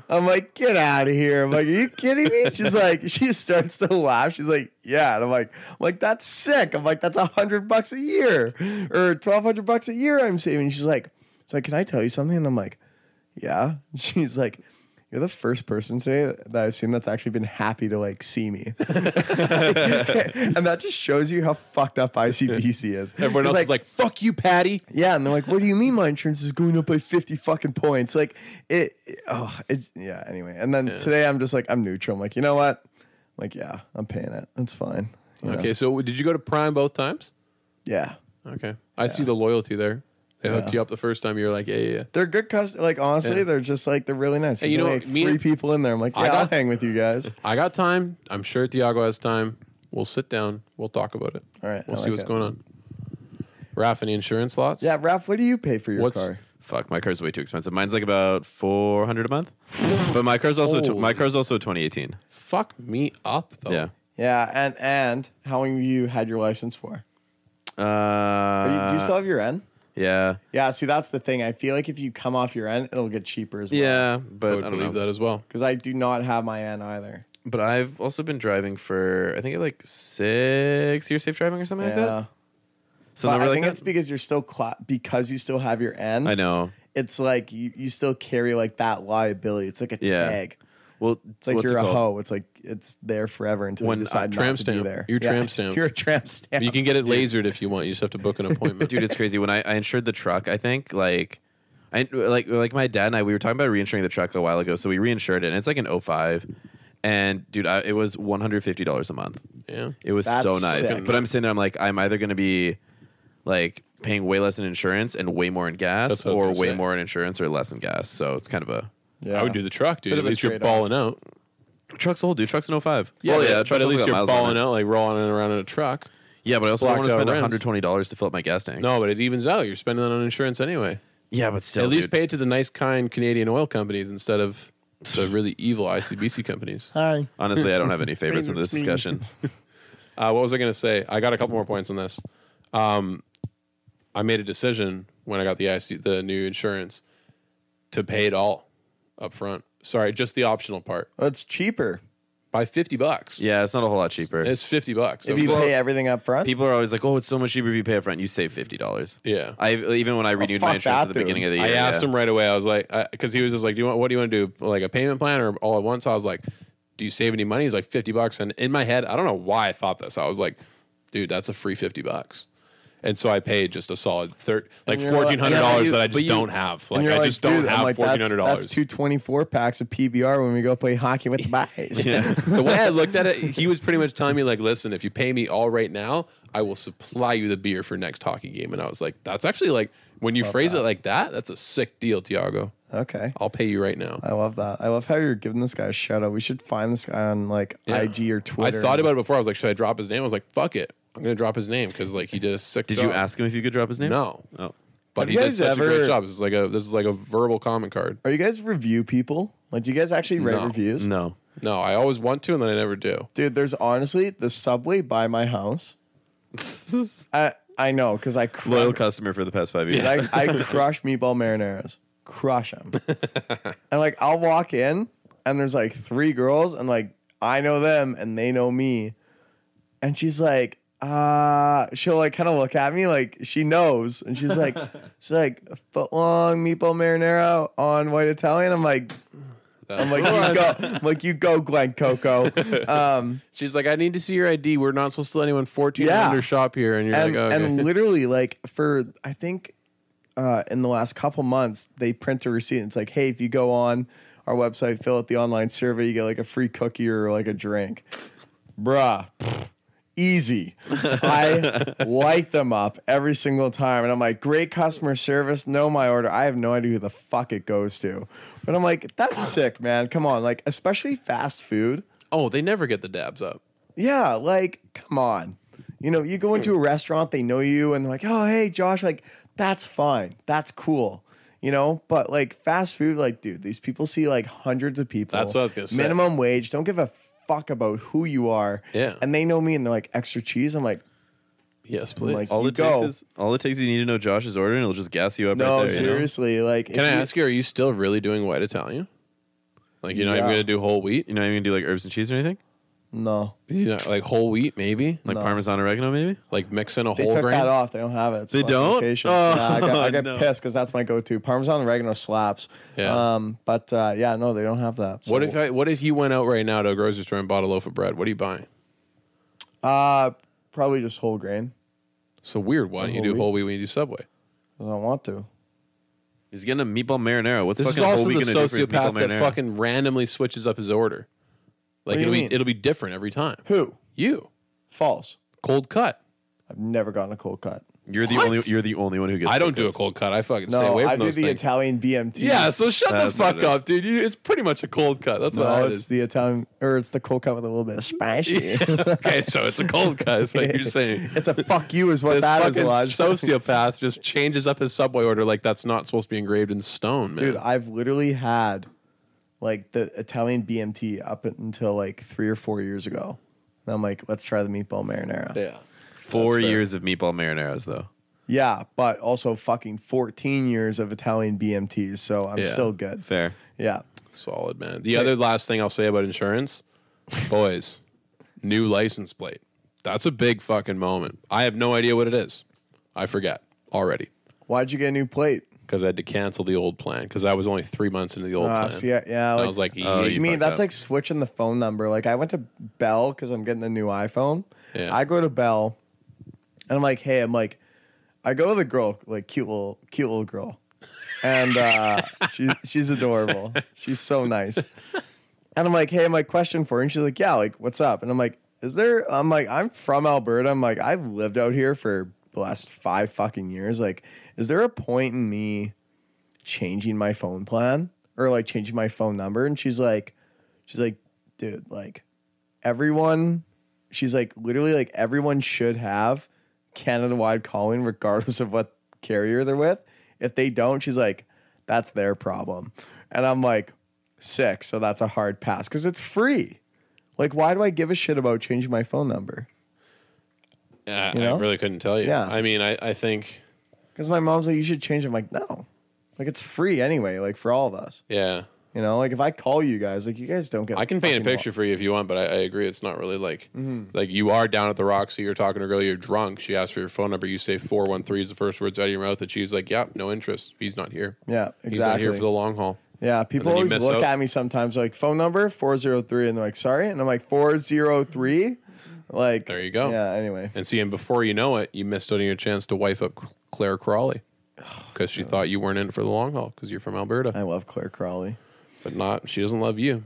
D: I'm like, get out of here. I'm like, are you kidding me? She's like, she starts to laugh. She's like, yeah. And I'm like, I'm like, that's sick. I'm like, that's a hundred bucks a year or twelve hundred bucks a year I'm saving. She's like, it's like, can I tell you something? And I'm like, yeah. She's like, you're the first person today that I've seen that's actually been happy to like see me. and that just shows you how fucked up ICBC is.
A: Everyone else
D: It's
A: is like, "Fuck you, Patty."
D: yeah, and they're like, "What do you mean my insurance is going up by fifty fucking points?" Like it. it- oh, it, yeah. Anyway, and then today I'm just like, I'm neutral. I'm like, you know what? I'm like, yeah, I'm paying it. That's fine. You know?
A: Okay, so did you go to Prime both times?
D: Yeah,
A: Okay, I see the loyalty there. They hooked you up the first time. You're like, "Yeah, yeah." yeah.
D: they're good customers. Like honestly,
A: Yeah.
D: they're just like they're really nice.
A: Hey,
D: There's
A: you know
D: only
A: what?
D: like
A: Me
D: three
A: and-
D: people in there. I'm like,
A: I
D: yeah, I'll
A: got-
D: hang with you guys.
A: I got time. I'm sure Thiago has time. We'll sit down. We'll talk about it.
D: All right,
A: We'll
D: I
A: see
D: like
A: what's
D: it.
A: going on. Raf, any insurance lots?
D: Yeah, Raph, what do you pay for your
A: What's-
D: car?
C: Fuck, my car's way too expensive. Mine's like about four hundred a month, but my car's also tw- my
A: Holy.
C: car's also twenty eighteen.
A: Fuck me up though.
C: Yeah.
D: Yeah, and and how long have you had your license for?
C: Uh,
D: Are you, do
A: Uh,
D: you still have your N?
C: yeah,
D: Yeah, see that's the thing. I feel like if you come off your N, it'll get cheaper as well.
C: yeah,
A: I
C: but I,
A: would
C: don't know.
A: believe that as well.
D: because I do not have my N either.
C: But I've also been driving for I think like six years safe driving or something like
D: Yeah.
C: that. So
D: But
C: number
D: I
C: like
D: think
C: that?
D: it's because you're still cla- because you still have your N.
C: I know.
D: It's like you, you still carry like that liability. It's like a
C: Yeah.
D: tag.
C: Well,
D: It's like
C: what's
D: you're
C: it
D: a
C: called?
D: hoe. It's like it's there forever until
C: When,
D: you
C: uh,
D: decide
A: tram
D: not to be
A: stamp.
D: there.
A: You're tram stamp.
D: You're a tramp stamp.
A: You can get it lasered if you want. You just have to book an appointment.
C: dude it's crazy when I, I insured the truck i think like I, like like my dad and i we were talking about reinsuring the truck a while ago so we reinsured it and it's like an 05 and dude I, it was $150 a month
A: yeah.
C: it was
D: That's
C: so nice
D: sick.
C: but i'm sitting there i'm like i'm either going to be like paying way less in insurance and way more in gas
A: That's what I was
C: or
A: gonna
C: way
A: say.
C: more in insurance or less in gas so it's kind of a
D: Yeah.
A: I would do the truck, dude.
D: Bit of
A: At
D: a
A: least you're
D: trade-off.
A: balling out.
C: truck's old dude truck's an 05
A: but-
C: well, yeah
A: but
C: truck's
A: at
C: also
A: least
C: got
A: you're
C: miles on
A: balling
C: it.
A: out, like rolling it around in a truck.
C: yeah but i also don't want
A: Blacked
C: to
A: out
C: spend
A: rims.
C: $120 to fill up my gas tank
A: No, but it evens out. You're spending that on insurance anyway.
C: yeah but still
A: At least
C: dude.
A: pay it to the nice, kind Canadian oil companies instead of the really evil ICBC companies.
D: Hi.
C: honestly i don't have any favorites in this
D: Favorites, me.
C: discussion
A: Uh, what was I going to say? I got a couple more points on this. Um, I made a decision when I got the IC, the new insurance, to pay it all up front. Sorry, just the optional part
D: Well, it's cheaper
A: by fifty bucks.
C: yeah it's not a whole lot cheaper
A: it's fifty bucks.
D: if you
A: Well,
D: pay everything up front.
C: People are always like, "Oh, it's so much cheaper if you pay upfront. You save fifty dollars."
A: yeah,
C: I even when I renewed
D: Oh, fuck
C: my insurance
D: that,
C: at the
D: dude.
C: beginning of the year,
A: I asked
C: yeah.
A: him right away. I was like, because he was just like, "Do you want? What do you want to do? Like a payment plan or all at once?" I was like, "Do you save any money?" He's like, 50 bucks." And in my head, I don't know why I thought this. I was like, "Dude, that's a free fifty bucks." And so I paid just a solid thir- like
D: you're like-
A: fourteen hundred dollars
D: Yeah,
A: that I
D: but
A: just
D: you-
A: don't have.
D: and
A: Like
D: you're
A: I
D: like,
A: just
D: dude,
A: don't
D: I'm
A: have
D: like,
A: fourteen
D: that's,
A: hundred
D: that's
A: dollars.
D: two 24 packs of PBR when we go play hockey with the boys.
A: the way I looked at it, he was pretty much telling me like, "Listen, if you pay me all right now, I will supply you the beer for next hockey game." And I was like, "That's actually like when you phrase it like that, that's a sick deal, Tiago.
D: Okay.
A: I'll pay you right now."
D: I love that. I love how you're giving this guy a shout out. We should find this guy on like IG or Twitter.
A: I thought about it before. I was like, should I drop his name? I was like, fuck it. I'm gonna drop his name because like he did a sick.
C: Did
A: job.
C: you ask him if you could drop his name?
A: No,
C: Oh,
A: but
D: Have
A: he
D: you
A: did
D: guys
A: such a
D: ever-
A: great job. This is like a this is like a verbal comment card.
D: Are you guys review people? Like, do you guys actually write
A: No.
D: reviews?
C: no.
A: No, I always want to, and then I never do.
D: Dude, there's honestly the subway by my house. I I know because I crush,
C: Loyal customer for the past five years.
D: I, I crush meatball marinaras, crush them. and like I'll walk in and there's like three girls and like I know them and they know me, and she's like, uh, she'll like kind of look at me like she knows and she's like, she's like foot long meatball marinara on white Italian. I'm like, I'm like you go, I'm like you go, Glen Coco. Um,
A: She's like, I need to see your ID. We're not supposed to let anyone 14
D: Yeah.
A: and under shop here, and you're
D: and,
A: like, oh, okay.
D: and literally like for i think uh, in the last couple months they print a receipt and it's like hey if you go on our website fill out the online survey you get like a free cookie or like a drink bruh easy i light them up every single time and i'm like great customer service know my order i have no idea who the fuck it goes to but i'm like that's sick man come on like especially fast food
A: oh, they never get the dabs up.
D: yeah, like, come on. You know, you go into a restaurant, they know you, and they're like, oh, hey, Josh, like, that's fine. That's cool. You know, but like fast food, like, dude, these people see like hundreds of people.
A: That's what I was gonna say.
D: Minimum wage, don't give a fuck about who you are.
A: Yeah.
D: And they know me and they're like, extra cheese. I'm like,
A: Yes, please.
D: like-
C: all
D: you
C: it takes
D: go.
C: is all it takes is you need to know Josh's order, and it'll just gas you up.
D: no,
C: right there, you know?
D: seriously. Like,
A: Can I ask you, are you still really doing white Italian? Like you're not even
D: Yeah.
A: gonna do whole wheat.
C: You know, you can do like herbs and cheese or anything,
D: No,
A: You know, like whole wheat maybe. Like
C: like
D: No.
C: Parmesan oregano, maybe.
A: like mixing a
D: they
A: whole
D: took that
A: grain.
D: off. They don't have it. It's
C: They don't?
D: locations.
C: Oh,
D: yeah, I got, I got
C: no.
D: pissed because that's my go-to. Parmesan oregano slaps.
A: Yeah.
D: Um, but uh, yeah, no, they don't have that. So,
A: What if I, what if you went out right now to a grocery store and bought a loaf of bread? What are you buying?
D: Uh, probably just whole grain.
A: So weird. Why don't you
D: Whole
A: do
D: wheat?
A: whole wheat when you do Subway?
D: 'cause I don't want to.
C: He's getting a meatball marinara. What's
A: This is
C: fucking whole
A: also the
C: week gonna do for his meatball
A: sociopath that
C: marinara?
A: fucking randomly switches up his order. Like
D: What do you
A: it'll be,
D: mean?
A: it'll be different every time.
D: Who?
A: You
D: False.
A: cold cut.
D: I've never gotten a cold cut.
C: You're the
A: What?
C: only. You're the only one who gets.
A: I don't do a
C: tickets.
A: cold cut. I fucking stay
D: No,
A: away from
D: I do the
A: those things.
D: Italian BMT.
A: yeah, so shut the
C: That's what
A: fuck
C: it is.
A: up, dude. You, it's pretty much a cold cut. That's what
D: No,
A: it
D: it's
A: is.
D: the Italian, or it's the cold cut with a little bit of spicy.
A: okay, so it's a cold cut. Is what you're saying.
D: it's a fuck you, is what
A: This
D: that is.
A: fucking
D: Lodge.
A: sociopath just changes up his subway order like that's not supposed to be engraved in stone, man.
D: Dude, I've literally had like the Italian BMT up until like three or four years ago. And I'm like, let's try the meatball marinara.
A: yeah.
C: Four
D: That's fair.
C: years of meatball marinaras, though.
D: Yeah, but also fucking 14 years of Italian BMTs. So I'm
A: Yeah.
D: still good.
C: Fair.
D: Yeah.
A: Solid, man. The other last thing I'll say about insurance, boys, new license plate. That's a big fucking moment. I have no idea what it is. I forget already
D: Why'd you get a new plate?
A: because I had to cancel the old plan because I was only three months into the old
D: Uh,
A: plan.
D: see, yeah, yeah.
A: And
D: Like,
A: I was like,
C: Oh,
A: "Yeet."
D: to
C: you
D: me,
C: fucked
D: that's
C: up.
D: like switching the phone number. Like I went to Bell because I'm getting the new iPhone.
A: Yeah.
D: I go to Bell, and I'm like, hey, I'm like, I go to the girl, like cute little, cute little girl, and uh, she, she's adorable. She's so nice. And I'm like, hey, my question for her, and she's like, yeah, like what's up? And I'm like, is there? I'm like, I'm from Alberta. I'm like, I've lived out here for the last five fucking years. Like, is there a point in me? changing my phone plan or like changing my phone number and she's like she's like dude like everyone she's like literally like everyone should have canada wide calling regardless of what carrier they're with if they don't she's like that's their problem and i'm like sick so that's a hard pass cuz it's free like why do i give a shit about changing my phone number
A: Yeah,
D: You know?
A: I really couldn't tell you.
D: Yeah.
A: I mean, I, I think,
D: cuz my mom's like you should change it. i'm like no like it's free anyway like for all of us
A: yeah.
D: you know like if i call you guys like you guys don't get
A: I can paint a
D: fucking Mm-hmm. wa-
A: picture for you if you want, but I, I agree it's not really like like you are down at the Roxy, you're talking to a girl, you're drunk. She asks for your phone number, you say four one three is the first words out of your mouth, and she's like, "Yep, no interest. He's not here.
D: Yeah,
A: He's not
D: exactly.
A: here for the long haul."
D: yeah, people
A: then you
D: always
A: miss
D: look
A: out.
D: at me sometimes like phone number 403 and they're like, "Sorry." And I'm like, "403?" Like
A: There you go.
D: Yeah, anyway.
A: And see, and before you know it, you missed out on your chance to wife up Claire Crawley because she thought you weren't in it for the long haul because you're from Alberta,
D: I love Claire Crawley.
A: but not she doesn't love you.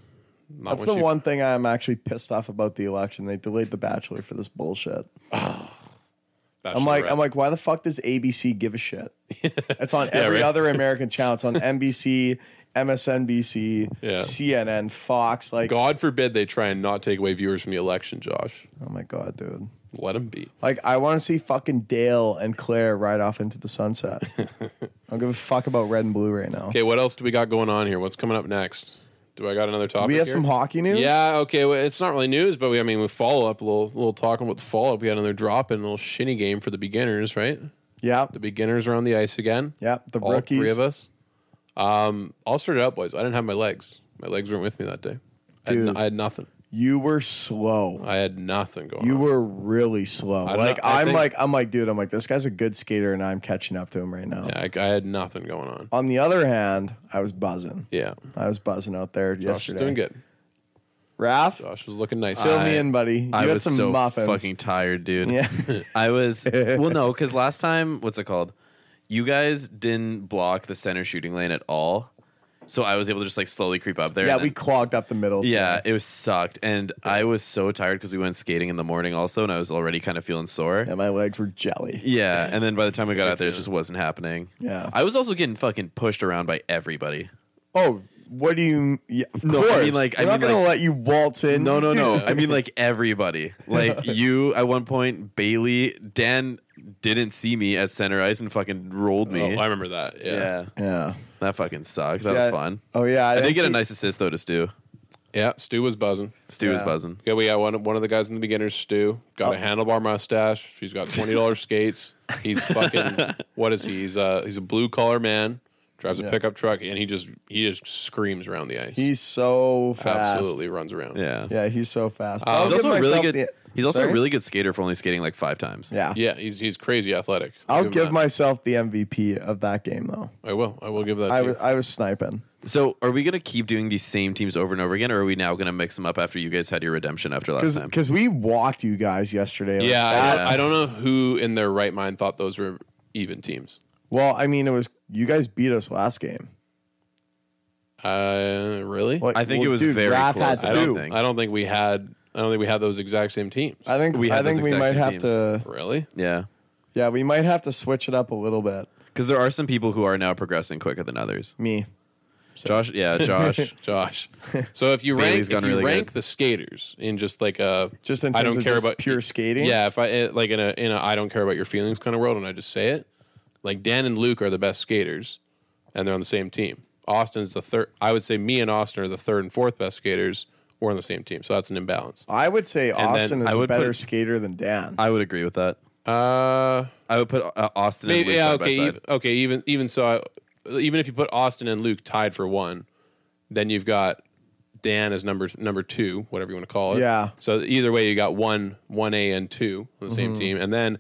A: Not
D: That's
A: when
D: the
A: she-
D: one thing I'm actually pissed off about the election. They delayed the bachelor for this bullshit. I'm like I'm
A: Bachelorette.
D: like why the fuck does ABC give a shit? it's on every
A: right.
D: other American channel. It's on NBC, MSNBC,
A: Yeah.
D: CNN, Fox, like
A: God forbid they try and not take away viewers from the election, Josh.
D: oh my god, dude.
A: Let them be.
D: Like I want to see fucking Dale and Claire ride off into the sunset. I don't give a fuck about red and blue right now.
A: Okay, what else do we got going on here? What's coming up next? Do I got another topic?
D: we have
A: here?
D: some hockey news.
A: Yeah, okay. Well, it's not really news, but we I mean we follow up a little little talking about the follow up. We had another drop in a little shinny game for the beginners, right?
D: yeah,
A: The beginners are on the ice again.
D: yeah. The
A: All
D: rookies.
A: three of us. Um, I'll start it out, boys. I didn't have my legs. My legs weren't with me that day. I had,
D: Dude.
A: n- I had nothing.
D: You were slow.
A: I had nothing going
D: You
A: on.
D: were really slow.
A: don't
D: like
A: know. I
D: I'm
A: think-
D: like I'm like dude. I'm like this guy's a good skater, and I'm catching up to him right now.
A: yeah, I, I had nothing going on.
D: On the other hand, I was buzzing.
A: Yeah.
D: I was buzzing out there
A: Josh was
D: yesterday.
A: doing good.
D: Raph,
A: Josh was looking nice.
D: fill
A: I-
D: me in, buddy. You
C: I
D: had
C: was
D: some
C: so
D: muffins.
C: fucking tired, dude.
D: yeah.
C: I was well, no, because last time, what's it called? You guys didn't block the center shooting lane at all, so I was able to just like slowly creep up there.
D: yeah,
C: and
D: we
C: then-
D: clogged up the middle.
C: yeah,
D: today.
C: it was sucked, and I was so tired because we went skating in the morning also, and I was already kind of feeling sore.
D: Yeah, my legs were jelly.
C: Yeah, and then by the time we got out there, it
A: feeling.
C: just wasn't happening.
D: Yeah.
C: I was also getting fucking pushed around by everybody.
D: Oh, what do you? Yeah, of
C: No, I
D: course.
C: mean, like- I
D: We're not
C: mean,
D: gonna
C: like-
D: let you waltz in.
C: No, no, no.
D: Dude,
C: I mean, like everybody. Like you at one point, Bailey, Dan didn't see me at center ice and fucking rolled
A: Oh,
C: me.
A: I remember that. Yeah. yeah.
C: yeah.
D: Yeah.
C: That fucking sucks. That
D: See,
C: was
D: I-
C: fun.
D: Oh yeah,
C: I did
D: didn't
C: get a
D: see-
C: nice assist though to Stu.
A: Stu was buzzing.
C: Stu was
D: Yeah.
C: buzzing.
A: Yeah, we got one one of the guys in the beginners, Stu, got
D: Oh.
A: a handlebar mustache. He's got twenty dollars skates. He's fucking what is he? He's uh he's a blue collar man. drives a pickup truck, and he just he just screams around the ice.
D: He's so fast.
A: absolutely runs around.
C: Yeah.
D: Yeah, he's so fast. But
A: Uh,
D: I'll
C: He's
A: I'll
D: give
C: also a really
D: myself
C: good.
D: the-
C: he's also
D: Sorry?
C: a really good skater for only skating like five times.
D: Yeah.
A: yeah. He's he's crazy athletic.
D: I'll
A: him
D: give
A: that.
D: myself the MVP of that game though.
A: I will. I will give that.
D: I
A: to you.
D: was I was sniping.
C: So, are we going to keep doing these same teams over and over again, or are we now going to mix them up after you guys had your redemption after last time?
D: Because we walked you guys yesterday. like
A: yeah,
D: that.
A: I don't- I don't know who in their right mind thought those were even teams.
D: Well, I mean, it was you guys beat us last game.
A: Uh, really?
D: Like,
C: I think
D: well,
C: it was
D: dude,
C: very
D: Raph
C: close.
D: Had
A: I
D: two.
A: don't.
C: too.
A: I don't think we had. I don't think we had those exact same teams.
D: I think
C: We
D: we
C: had
D: I think
C: those
D: we
C: exact
D: might
C: same
D: have
C: teams.
D: to.
A: really?
C: Yeah,
D: Yeah, we might have to switch it up a little bit.
C: because there are some people who are now progressing quicker than others.
D: Me.
C: Josh, yeah, Josh.
A: Josh. So if you rank,
C: Bailey's
A: if you
C: gone really
A: rank
C: good.
A: the skaters in just like a
D: Just in
A: I
D: terms
A: don't
D: of
A: care
D: just
A: about
D: pure skating?
A: Yeah, if I eh, like in a in a I don't care about your feelings kind of world, and I just say it, like Dan and Luke are the best skaters, and they're on the same team. Austin's the third. I would say me and Austin are the third and fourth best skaters. We're on the same team, so that's an imbalance.
D: I would say
A: then
D: Austin is
C: I
D: a
C: would
D: better
C: put-
D: skater than Dan.
C: I would agree with that.
A: Uh,
C: I would put uh, Austin.
A: maybe
C: and Luke
A: yeah,
C: side by
A: okay,
C: side.
A: even, okay. Even even so, I- even if you put Austin and Luke tied for one, then you've got Dan as number number two, whatever you want to call it.
D: Yeah.
A: So either way, you got one one A and two on the same
C: Mm-hmm.
A: team, and then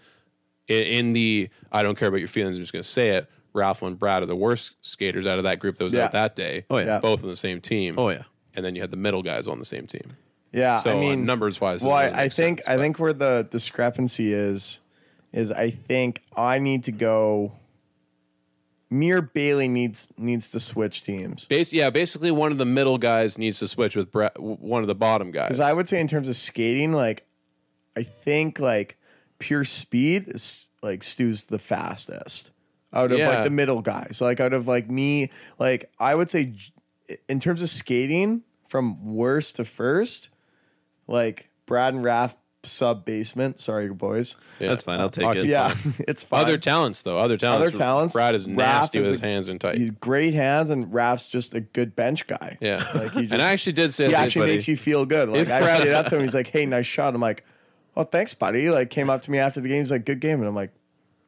A: in, in the I don't care about your feelings. I'm just going to say it. Ralph and Brad are the worst skaters out of that group that was
D: Yeah.
A: out that day.
C: Oh, yeah.
D: Yeah.
A: both on the same team.
C: Oh, yeah.
A: and then you had the middle guys on the same team.
D: yeah,
A: So
C: uh,
D: I mean
A: numbers wise,
D: Well, I, I think I think where the discrepancy is, is I think I need to go. Mir Bailey needs needs to switch teams
A: Bas- yeah, basically one of the middle guys needs to switch with Brett, w- one of the bottom guys.
D: because I would say in terms of skating, like I think like pure speed is like Stu's the fastest out of
A: Yeah.
D: like the middle guys. Like out of like me, like I would say j- in terms of skating from worst to first, like Brad and Raph sub basement. Sorry, boys.
A: Yeah.
C: That's fine. I'll take
A: Hockey.
C: it.
D: Yeah, it's fine.
A: Other talents, though. Other talents.
D: Other talents.
A: Brad is
D: Raph
A: nasty
D: is
A: with his
D: a-
A: hands and tight.
D: He's great hands, and Raph's just a good bench guy.
A: Yeah.
D: like he just
A: and I actually did say
D: he
A: this,
D: actually
A: buddy.
D: makes you feel good. Like
A: If
D: I
A: Brad-
D: say that to him, he's like, "Hey, nice shot." I'm like, "Oh, thanks, buddy." He, Like came up to me after the game, he's like, "Good game," and I'm like,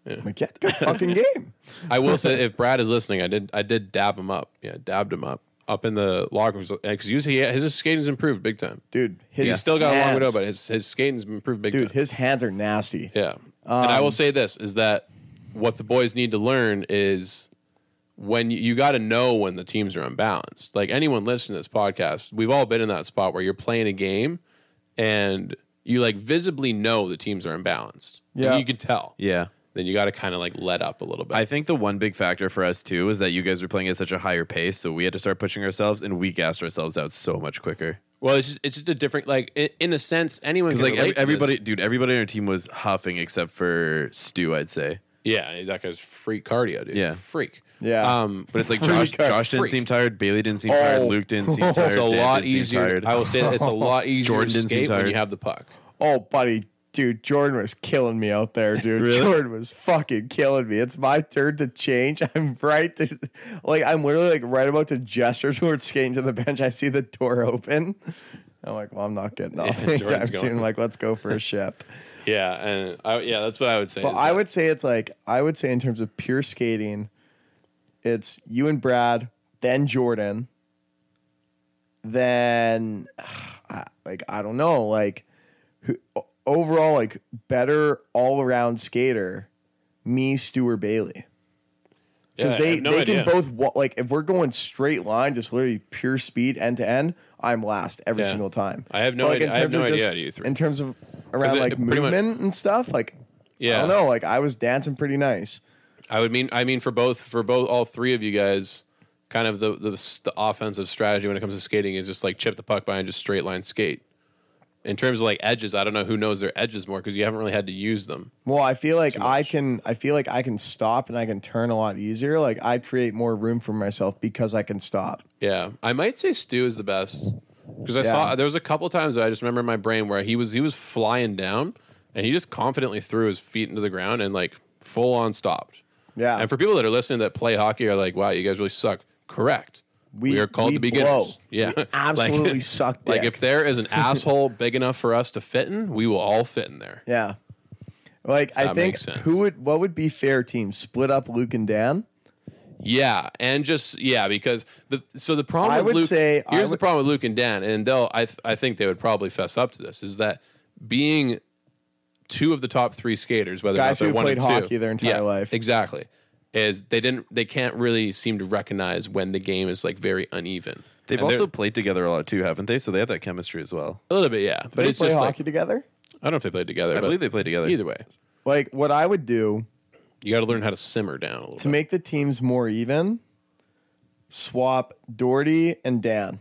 D: "I'm like, yeah, good fucking game."
A: I will say, if Brad is listening, I did. I did dab him up. Yeah, dabbed him up up in the locker room because usually he- his skating's improved big time.
D: Dude, his
A: He's still got a long way to go,
D: hands-
A: but his his skating's improved big time.
D: dude, his hands are nasty.
A: Yeah. and
C: Um,
A: I will say this is that what the boys need to learn is when you, you got to know when the teams are unbalanced. Like anyone listening to this podcast, we've all been in that spot where you're playing a game and you like visibly know the teams are unbalanced.
D: Yeah.
A: You can tell.
C: Yeah.
A: Then you got to kind of like let up a little bit.
C: I think the one big factor for us too is that you guys were playing at such a higher pace, so we had to start pushing ourselves, and we gassed ourselves out so much quicker.
A: well, it's just, it's just a different like in, in a sense anyone can
C: Because like
A: relate
C: ev-
A: to
C: everybody,
A: this.
C: dude, everybody on our team was huffing except for Stu, I'd say.
A: Yeah, that guy's freak cardio, dude.
C: Yeah.
A: freak.
D: Yeah.
A: Um,
C: But it's like
A: Freak
C: Josh,
A: or
C: Josh didn't
A: freak.
C: seem tired. Bailey didn't seem tired.
D: Oh.
C: Luke didn't seem tired.
A: It's a
C: Dan
A: lot
C: didn't seem
A: easier.
C: tired.
A: I will say that it's a lot easier
C: Jordan
A: to
C: didn't seem
A: skate when
C: tired.
A: you have the puck.
D: Oh, buddy, dude, Jordan was killing me out there, dude. Jordan was fucking killing me. It's my turn to change. I'm right to, like, I'm literally like right about to gesture towards skating to the bench. I see the door open. I'm like, well, I'm not getting off
A: Jordan's
D: anytime
A: going.
D: soon. Like, let's go for a shift.
A: Yeah, and I, yeah, that's what I would say.
D: But
A: is
D: I
A: that-
D: would say it's like I would say in terms of pure skating, it's you and Brad, then Jordan, then I- like I don't know, like who, o- overall like better all around skater, me, Stu or Bailey.
A: yeah,
D: Because
A: I
D: they,
A: have no
D: they
A: idea.
D: can both wa- like if we're going straight line, just literally pure speed end to end, I'm last every
A: Yeah.
D: single time.
A: I have no
D: But,
A: idea- I have
D: terms
A: no
D: of
A: idea you three.
D: In terms of around
A: it-
D: like
A: it pretty much-
D: movement and stuff, like
A: Yeah.
D: I don't know. Like I was dancing pretty nice.
A: I would mean I mean for both for both all three of you guys, kind of the the, s- the offensive strategy when it comes to skating is just like chip the puck by and just straight line skate. In terms of like edges, I don't know who knows their edges more because you haven't really had to use them.
D: Well, I feel like I can. I feel like I can stop and I can turn a lot easier. Like I create more room for myself because I can stop.
A: Yeah, I might say Stu is the best because I
D: Yeah.
A: saw there was a couple times that I just remember in my brain where he was he was flying down and he just confidently threw his feet into the ground and like full on stopped.
D: Yeah.
A: And for people that are listening that play hockey are like, wow, you guys really suck. Correct. We, are called
D: we
A: to beginners.
D: blow.
A: Yeah.
D: We absolutely
A: like,
D: suck. Dick.
A: like if there is an asshole big enough for us to fit in, we will all fit in there.
D: yeah. Like I
A: That
D: think
A: makes sense.
D: who would what would be fair team split up Luke and Dan.
A: Yeah, and just yeah, because the so the problem
D: I
A: with
D: would
A: Luke,
D: say- I
A: here's the
D: would-
A: problem with Luke and Dan, and they'll I th- I think they would probably fess up to this is that being two of the top three skaters, whether
D: Guys
A: or not they're
D: who
A: one
D: played
A: and two,
D: hockey their entire
A: yeah,
D: life.
A: exactly, is they didn't they can't really seem to recognize when the game is like very uneven.
C: They've
A: And they're-
C: also played together a lot too, haven't they? So they have that chemistry as well.
A: a little bit, yeah, but
D: they
A: it's
D: play
A: just
D: hockey together.
A: like I don't know if they played together.
C: I
A: but
C: believe they played together.
A: Either way,
D: Like what I would do
A: you got to learn how to simmer down a little.
D: to
A: bit.
D: make the teams more even, swap Doherty and Dan.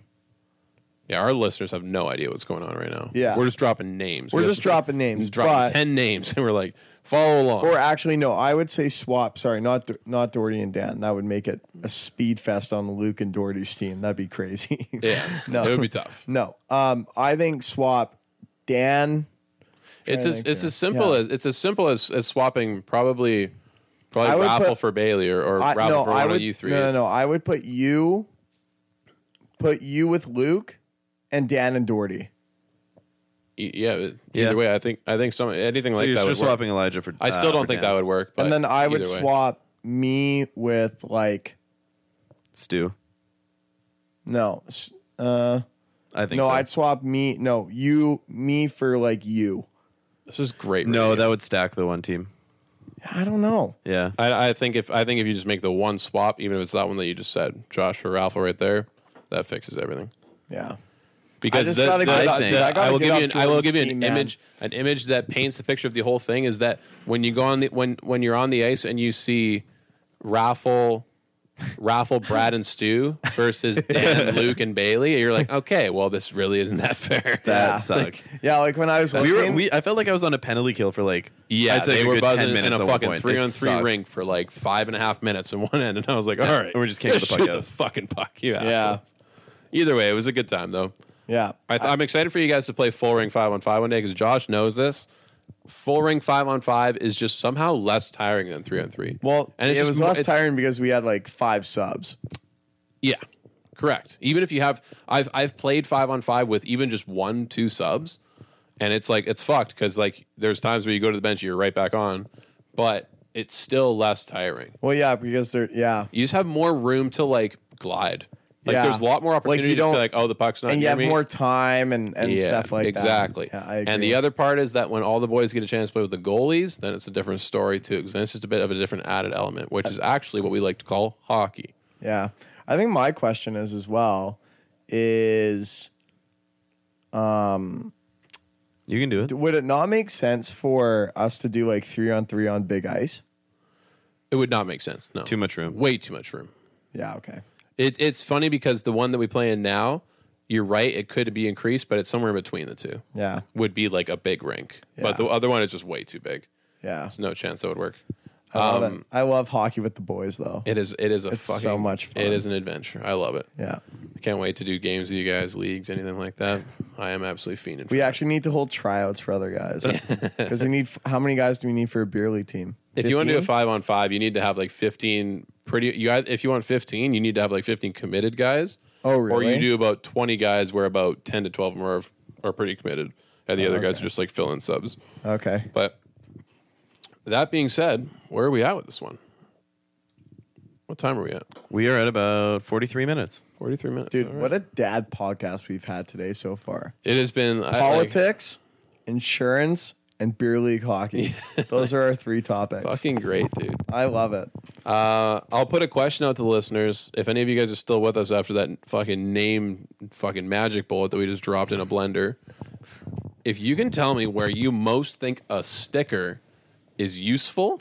A: yeah, our listeners have no idea what's going on right now.
D: Yeah.
A: we're just dropping names.
D: We're
A: We have
D: just
A: to-
D: dropping names,
A: just dropping
D: but-
A: ten names, and we're like, follow along.
D: Or actually, no, I would say swap. Sorry, not Do- not Doherty and Dan. That would make it a speed fest on Luke and Doherty's team. That'd be crazy.
A: Yeah,
D: No.
A: it would be tough.
D: no, um, I think swap Dan.
A: It's
D: to
A: as
D: think
A: it's
D: there.
A: as simple
D: Yeah.
A: as it's as simple as, as swapping probably
D: I
A: probably
D: would
A: raffle
D: put-
A: for Bailey or, or
D: I,
A: raffle
D: no,
A: for
D: I
A: one
D: would.
A: of you three.
D: no, no,
A: It's-
D: no. I would put you, put you with Luke, and Dan and Doherty.
A: e- Yeah, either
C: Yeah.
A: way, I think I think some anything
C: So
A: like
C: you're
A: that would
C: just
A: work.
C: swapping Oh, Elijah for.
A: I still don't think that would work. But
D: and then I would
A: either way.
D: swap me with like
C: Stu. no.
D: no, s- uh,
C: I think
D: no.
C: so.
D: I'd swap me. No, you me for like you.
A: This is great.
C: no.
A: radio.
C: That would stack the one team.
D: I don't know.
C: Yeah.
A: I, I think if I think if you just make the one swap, even if it's that one that you just said, Josh for raffle right there, that fixes everything.
D: Yeah.
A: because
D: just
A: the-
D: gotta
A: the-
D: get
C: up-
A: the-
C: dude, I
D: gotta
A: will
D: get
A: give
D: up
A: you an,
D: to
A: I will
D: Jordan's
A: give you an
D: team, man.
A: image an image that paints a picture of the whole thing is that when you go on the when when you're on the ice and you see Raffle Raffle Brad and Stu versus Dan Luke and Bailey you're like okay well this really isn't that fair
C: That
D: Yeah.
C: sucked.
D: Yeah, like when I was
C: we were.
D: looking-
C: We. I felt like I was on a penalty kill for like.
A: yeah
C: I'd say
A: they
C: a
A: were
C: good 10
A: buzzing in
C: minutes
A: a
C: at one
A: fucking
C: point.
A: three
C: It
A: on three
C: sucked.
A: rink for like five and a half minutes in one end and I was like all right
C: we just can't get the puck
A: shut
C: out.
A: the fucking puck you
D: Yeah.
A: assholes. either way it was a good time though
D: yeah.
A: I th- I'm excited for you guys to play full ring five on five one day because Josh knows this. Full ring five on five is just somehow less tiring than three on three.
D: well,
A: and it's
D: it
A: just
D: was
A: mo-
D: less
A: it's-
D: tiring because we had like five subs.
A: Yeah, correct. Even if you have, I've I've played five on five with even just one two subs, and it's like it's fucked because like there's times where you go to the bench, you're right back on, but it's still less tiring.
D: Well, yeah, because they're yeah,
A: You just have more room to like glide. Like
D: Yeah.
A: there's a lot more
D: Like, you
A: opportunity to just be
D: don't-
A: like, oh, the puck's not
D: and you
A: near
D: have
A: me.
D: more time and and stuff like
A: exactly.
D: that. Yeah, I agree.
A: And the other part is that when all the boys get a chance to play with the goalies, then it's a different story too. Because it's just a bit of a different added element, which is actually what we like to call hockey.
D: yeah, I think my question is as well is
C: You can do it.
D: would it not make sense for us to do like three on three on big ice?
A: It would not make sense. No,
C: Too much room.
A: Way too much room.
D: Yeah, okay.
A: It's it's funny because the one that we play in now, you're right. It could be increased, but it's somewhere in between the two.
D: Yeah,
A: Would be like a big rink, but
D: Yeah.
A: the other one is just way too big.
D: yeah.
A: There's no chance that would work.
D: I love it. I love hockey with the boys though.
A: Um, It is it is a
D: It's
A: fucking
D: so much fun.
A: It is an adventure. I love it.
D: yeah,
A: I can't wait to do games with you guys, leagues, anything like that. I am absolutely fiending. For
D: we
A: that.
D: actually need to hold tryouts for other guys because we need how many guys do we need for a beer league team?
A: If you want to do a
D: 15?
A: five on five, you need to have like fifteen pretty. You got- if you want fifteen, you need to have like fifteen committed guys.
D: Oh,
A: Or you
D: really?
A: do about twenty guys, where about ten to twelve of them are, are pretty committed, and the
D: Oh,
A: other guys are just like fill in subs.
D: Okay.
A: But that being said, where are we at with this one? What time are we at?
C: We are at about forty-three minutes.
A: Forty three minutes,
D: Dude,
A: All right.
D: what a dad podcast we've had today so far.
A: it has been I- like,
D: Politics, insurance, and beer league hockey. Those are our three topics.
A: fucking great, dude.
D: I love it.
A: Uh, I'll put a question out to the listeners. If any of you guys are still with us after that fucking name, fucking magic bullet that we just dropped in a blender, if you can tell me where you most think a sticker is useful,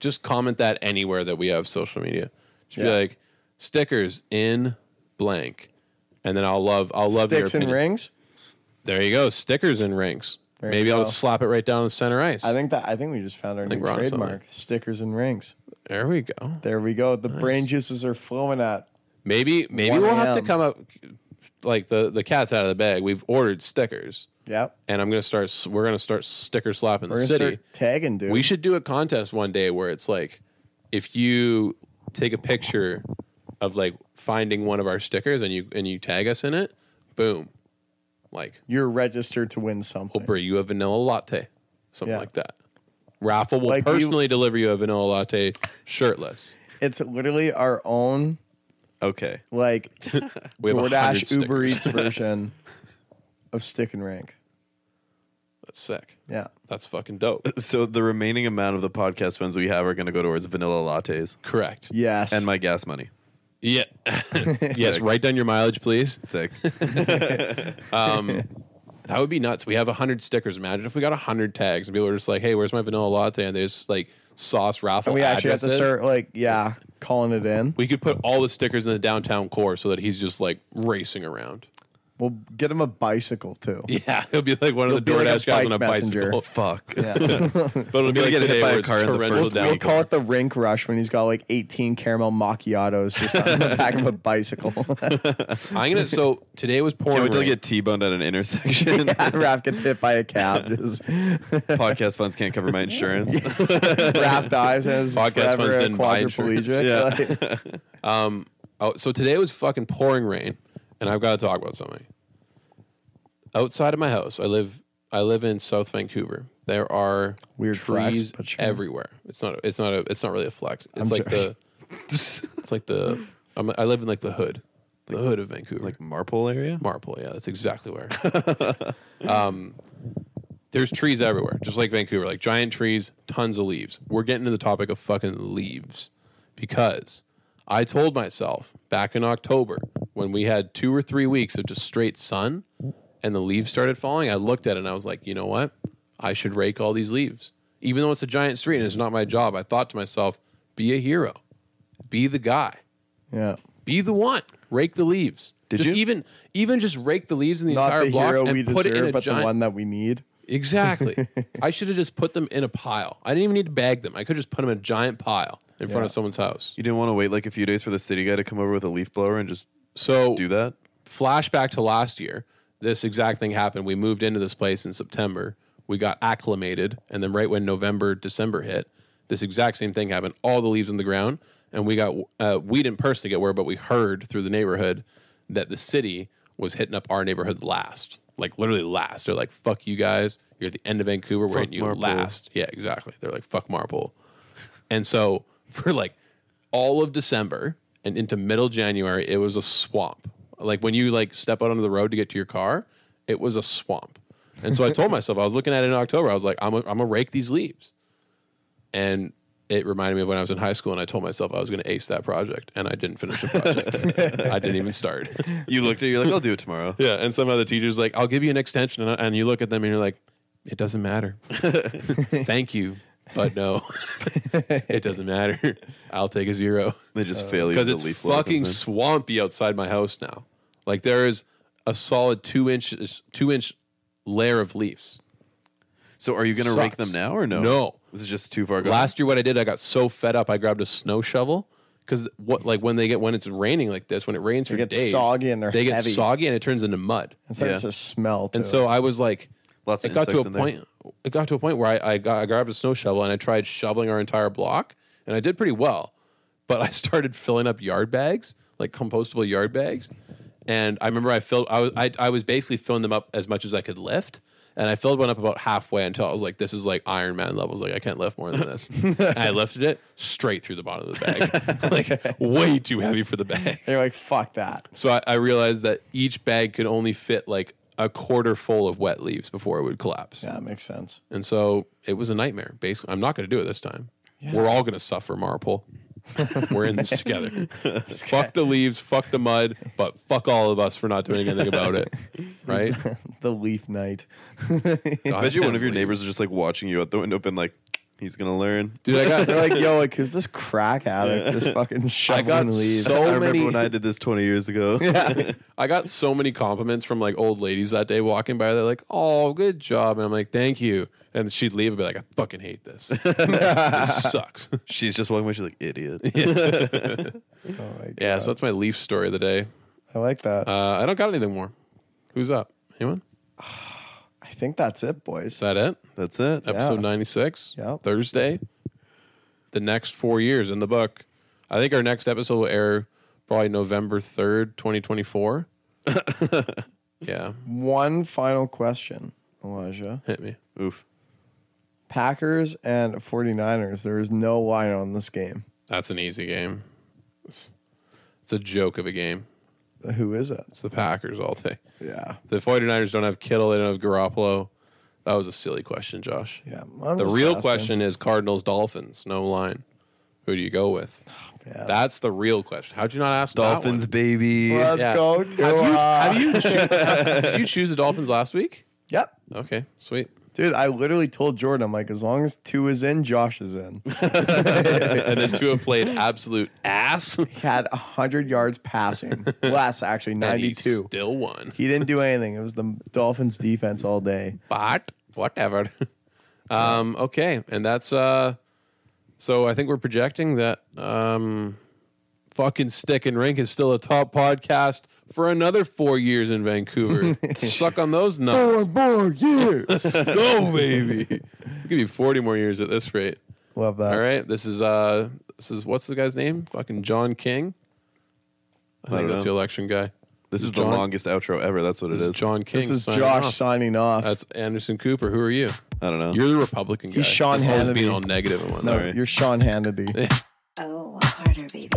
A: just comment that anywhere that we have social media. Just be
D: Yeah.
A: like stickers in blank, and then I'll love I'll love
D: Sticks
A: your opinion.
D: and rings.
A: There you go, stickers and rings.
D: There
A: Maybe
D: you
A: I'll
D: go.
A: just slap it right down the center ice.
D: I think that I think we just found our new
A: think we're onto
D: trademark. Stickers and rings.
A: there we go.
D: There we go. The brain juices are flowing at.
A: Maybe maybe
D: 1
A: we'll have to
D: a.m..
A: come up like the the cat's out of the bag. We've ordered stickers,
D: Yep.
A: and I'm gonna start. We're gonna start sticker slapping the
D: We're gonna
A: city.
D: start tagging, dude.
A: We should do a contest one day where it's like, if you take a picture of like finding one of our stickers and you and you tag us in it, boom, like
D: You're registered to win something.
A: we'll bring you a vanilla latte, something
D: Yeah.
A: like that. Raffle will
D: Like you-
A: personally deliver you a vanilla latte shirtless.
D: it's literally our own
C: Okay.
D: like
A: We have 100
D: DoorDash
A: stickers.
D: Uber Eats version of stick and rank.
A: That's sick.
D: Yeah.
A: That's fucking dope.
C: So the remaining amount of the podcast funds we have are going to go towards vanilla lattes
A: Correct.
D: Yes.
C: and my gas money.
A: Yeah. yes. Write down your mileage, please.
C: Sick.
A: That would be nuts. We have 100 stickers. Imagine if we got 100 tags and people were just like, hey, where's my vanilla latte? And there's like sauce raffle.
D: And we actually have to
A: addresses.
D: start like yeah, calling it in.
A: We could put all the stickers in the downtown core so that he's just like racing around.
D: We'll get him a bicycle too.
A: Yeah. He'll be like one of the
D: He'll be like a
A: DoorDash guys
D: bike
A: on a
D: messenger.
A: bicycle.
C: Fuck.
A: But it'll be
C: gonna
A: like
C: get hit
A: today
C: by a
A: where it's
C: car in the
A: torrential
C: first
A: down.
D: We'll call it the rink rush when he's got like 18 caramel macchiatos just on the back of a bicycle.
A: I'm gonna. So today was porn.
C: Can't wait till I
A: rain.
C: get T-boned at an intersection.
D: Raph gets hit by a cab. Just
C: podcast funds can't cover my insurance.
D: Raph dies as
A: Podcast funds
D: forever a
A: didn't buy insurance.
D: quadriplegic.
C: Yeah.
D: Like,
A: Oh, so today was fucking pouring rain, and I've got to talk about something. Outside of my house, I live. I live in South Vancouver. There are
D: Weird flex,
A: trees
D: but sure.
A: everywhere. It's not. It's not. A, it's not really a flex. It's
D: I'm
A: like
D: sorry.
A: the. It's like the. I'm, I live in like the hood, the hood of Vancouver,
C: like Marpole area?
A: Marple. Yeah, that's exactly where. um, there's trees everywhere, just like Vancouver, like giant trees, tons of leaves. We're getting to the topic of fucking leaves because I told myself back in October when we had two or three weeks of just straight sun and the leaves started falling, I looked at it and I was like, you know what? I should rake all these leaves. Even though it's a giant street and it's not my job, I thought to myself, be a hero, be the guy
D: yeah.
A: be the one. Rake the leaves.
C: Did
A: just
C: you?
A: even even just rake the leaves in the
D: Not
A: entire
D: the
A: block
D: hero
A: and
D: we
A: put it in a
D: deserve, but
A: giant.
D: the one that we need.
A: Exactly. I should have just put them in a pile. I didn't even need to bag them. I could just put them in a giant pile in front
D: Yeah.
A: of someone's house.
C: You didn't want to wait like a few days for the city guy to come over with a leaf blower and just
A: So
C: do that?
A: flashback to last year, this exact thing happened. We moved into this place in September. We got acclimated, and then right when November, December hit, this exact same thing happened. All the leaves on the ground, and we got uh, we didn't personally get word, but we heard through the neighborhood that the city was hitting up our neighborhood last, like literally last. They're like, "Fuck you guys! You're at the end of Vancouver. We're
C: Fuck
A: hitting you
C: Marple."
A: last." Yeah, exactly. They're like, "Fuck Marple," and so for like all of December and into middle January, it was a swamp. Like when you like step out onto the road to get to your car, it was a swamp. And so I told myself, I was looking at it in October. I was like, I'm gonna I'm gonna rake these leaves. And it reminded me of when I was in high school and I told myself I was going to ace that project and I didn't finish the project. I didn't even start.
C: You looked at it, you're like, I'll do it tomorrow.
A: Yeah. And somehow the teacher's like, I'll give you an extension. And, and you look at them and you're like, it doesn't matter. Thank you. But no, it doesn't matter. I'll take a zero
C: They just fail you
A: because
C: with
A: Uh,
C: the
A: it's
C: leaf blower
A: fucking
C: comes
A: swampy outside my house now. Like there is a solid two inch two inch layer of leaves.
C: in. So are you going to rake
A: sucks.
C: them now or no?
A: No.
C: This is just too far gone.
A: Last year, what I did, I got so fed up, I grabbed a snow shovel because what like when they get when it's raining like this, when it rains for
D: get
A: days,
D: soggy and they're
A: they get
D: heavy.
A: soggy and it turns into mud.
D: It's yeah. a smell. Too.
A: And so I was like,
C: Lots of
A: it got to a
C: insects in there.
A: point. It got to a point where I, I got I grabbed a snow shovel and I tried shoveling our entire block, and I did pretty well, but I started filling up yard bags, like compostable yard bags, and I remember I filled I was I, I was basically filling them up as much as I could lift. And I filled one up about halfway until I was like, "This is like Iron Man levels. Like I can't lift more than this." and I lifted it straight through the bottom of the bag, like way too heavy for the bag.
D: they're like, fuck that.
A: So I, I realized that each bag could only fit like a quarter full of wet leaves before it would collapse.
D: Yeah, it makes sense.
A: And so it was a nightmare. Basically, I'm not going to do it this time. We're all going to suffer, Marple. We're in this together. fuck the leaves, fuck the mud, but fuck all of us for not doing anything about it. Right?
D: The leaf night.
C: I bet you one of your neighbors is just like watching you out the window and like, he's going to learn.
A: Dude, I got,
D: They're like, yo, like, who's this crack addict just fucking shoveling
A: got
D: leaves?
A: so
C: I remember
A: many-
C: when I did this 20 years ago.
A: I got so many compliments from like old ladies that day walking by. They're like, "Oh, good job," and I'm like, "Thank you." And she'd leave and be like, "I fucking hate this. this sucks."
C: She's just walking away. She's like, idiot.
D: Oh my God.
A: Yeah, so that's my leaf story of the day.
D: I like that.
A: Uh, I don't got anything more. Who's up? Anyone?
D: I think that's it, boys.
A: Is that it?
C: That's it.
A: Episode 96,
D: Yep.
A: Thursday. The next four years in the book. I think our next episode will air probably November 3rd, 2024. yeah,
D: One final question, Elijah.
A: hit me.
C: Oof.
D: Packers and 49ers, there is no line on this game.
A: That's an easy game. It's, it's a joke of a game.
D: Who is it?
A: It's the Packers all day.
D: Yeah.
A: The 49ers don't have Kittle. They don't have Garoppolo. That was a silly question, Josh.
D: Yeah.
A: The real question is Cardinals Dolphins. No line. Who do you go with? That's the real question. How'd you not ask
C: Dolphins, baby.
D: Let's
A: yeah.
D: go to. uh,
A: That one? How do you choo- did you choose the Dolphins last week?
D: yep.
A: Okay, sweet.
D: Dude, I literally told Jordan, I'm like, as long as two is in, Josh is in.
A: And then Tua played absolute ass. and
D: He had 100 yards passing. Last, actually,
A: he
D: 92.
A: still won.
D: He didn't do anything. It was the Dolphins defense all day.
A: But whatever. um, okay, and that's uh so I think we're projecting that um fucking Stick and Rink is still a top podcast for another four years in Vancouver. Suck on those nuts.
D: more years.
A: Go baby. We'll give you forty more years at this rate.
D: Love that.
A: All right. This is uh this is what's the guy's name? Fucking John King. I think
C: don't
A: that's
C: know.
A: the election guy.
C: This is
A: John-
C: the longest outro ever. That's what it
A: This is
C: is.
A: John King.
D: This is
A: signing
D: Josh
A: off.
D: signing off.
A: That's Anderson Cooper. Who are you?
C: I don't know.
A: You're the Republican guy.
D: Sean
A: That's always
D: Hannity.
A: being all negative and whatnot.
D: no,
C: sorry.
D: you're Sean Hannity.
B: Oh, harder, baby.